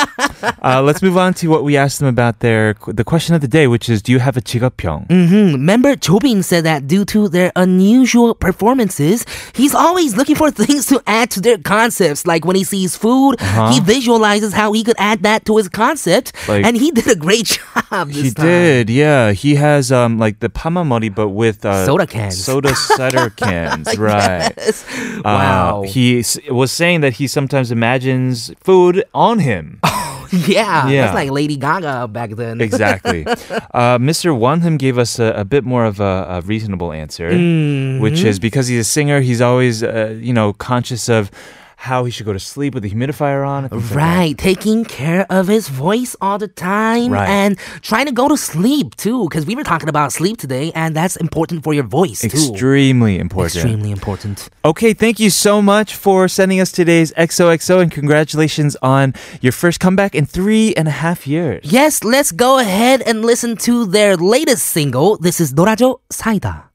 [SPEAKER 2] uh, let's move on to what we asked them about their the question of the day, which is, do you have a 직업병?
[SPEAKER 1] hmm Member Jobin said that due to their unusual performances, he's always looking for things to add to their concepts. Like when he sees food, he visualizes how he could add that to his concept,
[SPEAKER 2] Uh-huh. Like-
[SPEAKER 1] and he did a great job. This
[SPEAKER 2] He
[SPEAKER 1] time.
[SPEAKER 2] did, yeah. He has um like the pamamori, but with uh,
[SPEAKER 1] Soda cans.
[SPEAKER 2] soda cider cans, right?
[SPEAKER 1] Yes.
[SPEAKER 2] Uh,
[SPEAKER 1] Wow.
[SPEAKER 2] he s- was saying that he sometimes imagines food on him.
[SPEAKER 1] yeah,
[SPEAKER 2] Yeah.
[SPEAKER 1] That's like Lady Gaga back then.
[SPEAKER 2] exactly. Uh, Mr. Wanham gave us a, a bit more of a, a reasonable answer, which
[SPEAKER 1] Mm-hmm.
[SPEAKER 2] is because he's a singer, he's always uh, you know conscious of how he should go to sleep with the humidifier on. and things like that.
[SPEAKER 1] Right, taking care of his voice all the time
[SPEAKER 2] Right.
[SPEAKER 1] and trying to go to sleep too, because we were talking about sleep today, and that's important for your voice too.
[SPEAKER 2] Extremely important.
[SPEAKER 1] Extremely important.
[SPEAKER 2] Okay, thank you so much for sending us today's XOXO and congratulations on your first comeback in three and a half years.
[SPEAKER 1] Yes, let's go ahead and listen to their latest single. This is Dorajo Saida.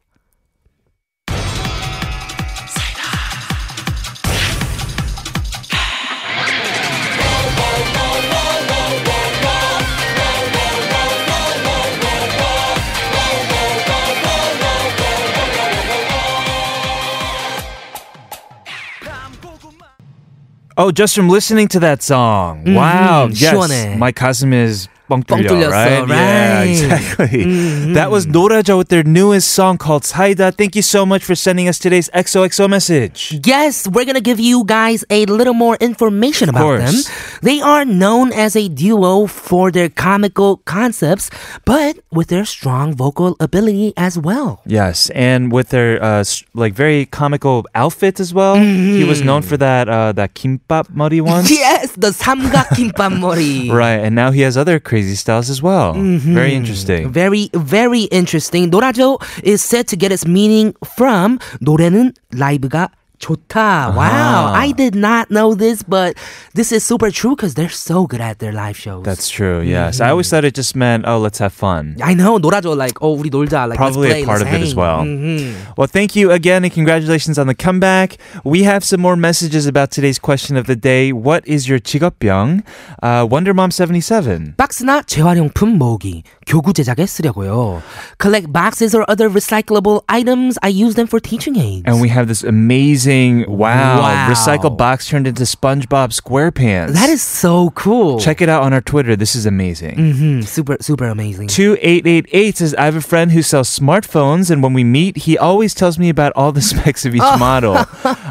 [SPEAKER 2] Oh, just from listening to that song. Wow. Yes.
[SPEAKER 1] 시원해.
[SPEAKER 2] My cousin is 뻥
[SPEAKER 1] 뻥
[SPEAKER 2] 뚫려,
[SPEAKER 1] 뚫렸어,
[SPEAKER 2] right? Mm-hmm. Yeah,
[SPEAKER 1] right.
[SPEAKER 2] exactly. That was Norajo with their newest song called Saida. Thank you so much for sending us today's XOXO message.
[SPEAKER 1] Yes, we're gonna give you guys a little more information about them.
[SPEAKER 2] course.
[SPEAKER 1] They are known as a duo for their comical concepts, but with their strong vocal ability as well.
[SPEAKER 2] Yes, and with their uh, s- like very comical outfits as well. He was known for that uh, that kimbap muddy one.
[SPEAKER 1] Yes, the Samgak Kimpam Mori.
[SPEAKER 2] Right, and now he has other crazy styles as well.
[SPEAKER 1] Mm-hmm.
[SPEAKER 2] Very interesting.
[SPEAKER 1] Very, very interesting. 노라조 is said to get its meaning from 노래는 라이브가 좋다. Wow. I did not know this, but this is super true because they're so good at their live shows.
[SPEAKER 2] That's true. Yes,
[SPEAKER 1] Mm-hmm.
[SPEAKER 2] I always thought it just meant oh, let's have fun.
[SPEAKER 1] I know 놀아줘 like oh 우리 놀자 like
[SPEAKER 2] Probably
[SPEAKER 1] let's play,
[SPEAKER 2] a part
[SPEAKER 1] let's
[SPEAKER 2] of it as
[SPEAKER 1] hang.
[SPEAKER 2] well.
[SPEAKER 1] Mhm.
[SPEAKER 2] Well, thank you again and congratulations on the comeback. We have some more messages about today's question of the day. What is your 직업병? Uh, WonderMom77.
[SPEAKER 1] 박스나 재활용품 모으기, 교구 제작에 쓰려고요. Collect boxes or other recyclable items. I use them for teaching aids.
[SPEAKER 2] And we have this amazing, wow,
[SPEAKER 1] Wow.
[SPEAKER 2] recycled box turned into SpongeBob SquarePants.
[SPEAKER 1] That is so cool.
[SPEAKER 2] Check it out on our Twitter. This is amazing.
[SPEAKER 1] hmm Super, super amazing.
[SPEAKER 2] 2888 says, I have a friend who sells smartphones, and when we meet, he always tells me about all the specs of each
[SPEAKER 1] Oh.
[SPEAKER 2] model.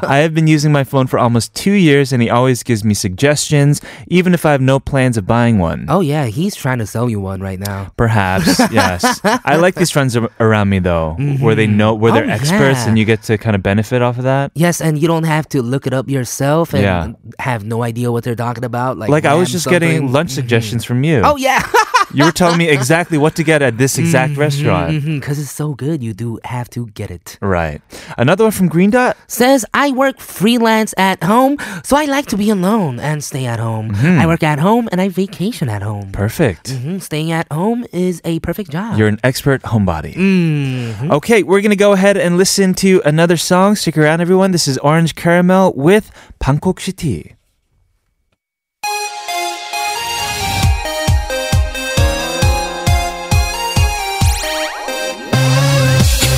[SPEAKER 2] I have been using my phone for almost two years, and he always gives me suggestions, even if I have no plans of buying one.
[SPEAKER 1] Oh yeah, he's trying to sell you one right now.
[SPEAKER 2] Perhaps, yes. I like these friends ar- around me, though, where they know, where they're
[SPEAKER 1] Oh,
[SPEAKER 2] experts,
[SPEAKER 1] yeah.
[SPEAKER 2] and you get to kind of benefit off of that.
[SPEAKER 1] Yes, and you don't have to look it up yourself and
[SPEAKER 2] Yeah.
[SPEAKER 1] have no idea what they're talking about. Like,
[SPEAKER 2] Like, I was
[SPEAKER 1] lamb
[SPEAKER 2] just
[SPEAKER 1] something.
[SPEAKER 2] getting lunch suggestions from you.
[SPEAKER 1] Oh yeah, Mm-hmm.
[SPEAKER 2] You were telling me exactly what to get at this exact restaurant.
[SPEAKER 1] because Mm, it's so good, you do have to get it.
[SPEAKER 2] Right. Another one from Green Dot.
[SPEAKER 1] Says I work freelance at home, so I like to be alone and stay at home.
[SPEAKER 2] Mm-hmm.
[SPEAKER 1] I work at home and I vacation at home.
[SPEAKER 2] Perfect.
[SPEAKER 1] Mhm, Staying at home is a perfect job.
[SPEAKER 2] You're an expert homebody.
[SPEAKER 1] Mm-hmm.
[SPEAKER 2] Okay, we're going to go ahead and listen to another song. Stick around, everyone. This is Orange Caramel with Bangkok City.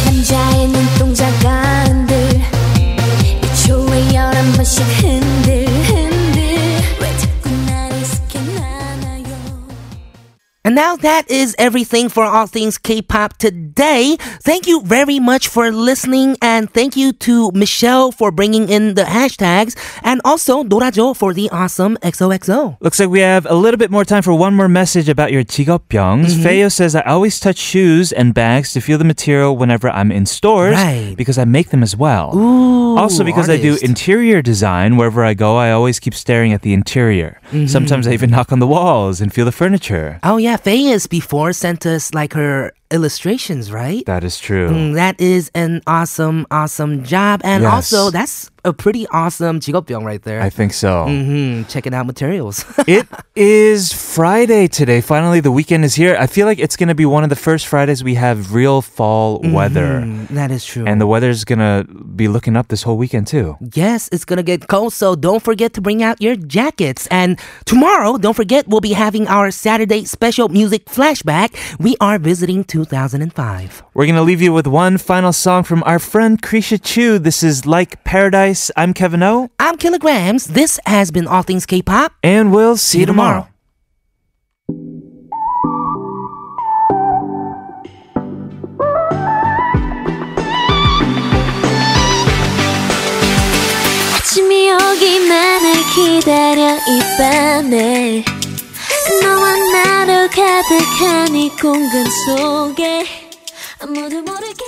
[SPEAKER 7] 남자의 눈동자가 흔들 이 초에 열한 번씩 흔들 흔들 왜 자꾸 날 익숙해 나나요
[SPEAKER 1] And now that is everything for all things K-pop today. Thank you very much for listening and thank you to Michelle for bringing in the hashtags and also Dorajo for the awesome XOXO.
[SPEAKER 2] Looks like we have a little bit more time for one more message about your 직업병s.
[SPEAKER 1] Mm-hmm.
[SPEAKER 2] Feo says, I always touch shoes and bags to feel the material whenever I'm in stores
[SPEAKER 1] Right.
[SPEAKER 2] because I make them as well. also, because I do
[SPEAKER 1] artist.
[SPEAKER 2] interior design wherever I go, I always keep staring at the interior.
[SPEAKER 1] Mm-hmm.
[SPEAKER 2] Sometimes I even knock on the walls and feel the furniture.
[SPEAKER 1] Oh yeah, Faye is before sent us like her illustrations, right?
[SPEAKER 2] That is true.
[SPEAKER 1] Mm, that is an awesome, awesome job. And
[SPEAKER 2] Yes.
[SPEAKER 1] also, that's a pretty awesome 직업병 right there.
[SPEAKER 2] I think so.
[SPEAKER 1] hmm Checking out materials.
[SPEAKER 2] it is Friday today. Finally, the weekend is here. I feel like it's going to be one of the first Fridays we have real fall weather.
[SPEAKER 1] Mm, that is true.
[SPEAKER 2] And the weather's going to be looking up this whole weekend, too.
[SPEAKER 1] Yes, it's gonna get cold, so don't forget to bring out your jackets. And tomorrow, don't forget, we'll be having our Saturday special music flashback. We are visiting 2005.
[SPEAKER 2] We're going to leave you with one final song from our friend Krisha Chu. This is Like Paradise. I'm Kevin O,
[SPEAKER 1] I'm Kilograms. This has been All Things K-pop.
[SPEAKER 2] and we'll see,
[SPEAKER 1] See you tomorrow.
[SPEAKER 7] 아침이 오기만을 기다려 이 밤에 너와 나로 가득한 이 공간 속에 아무도 모르게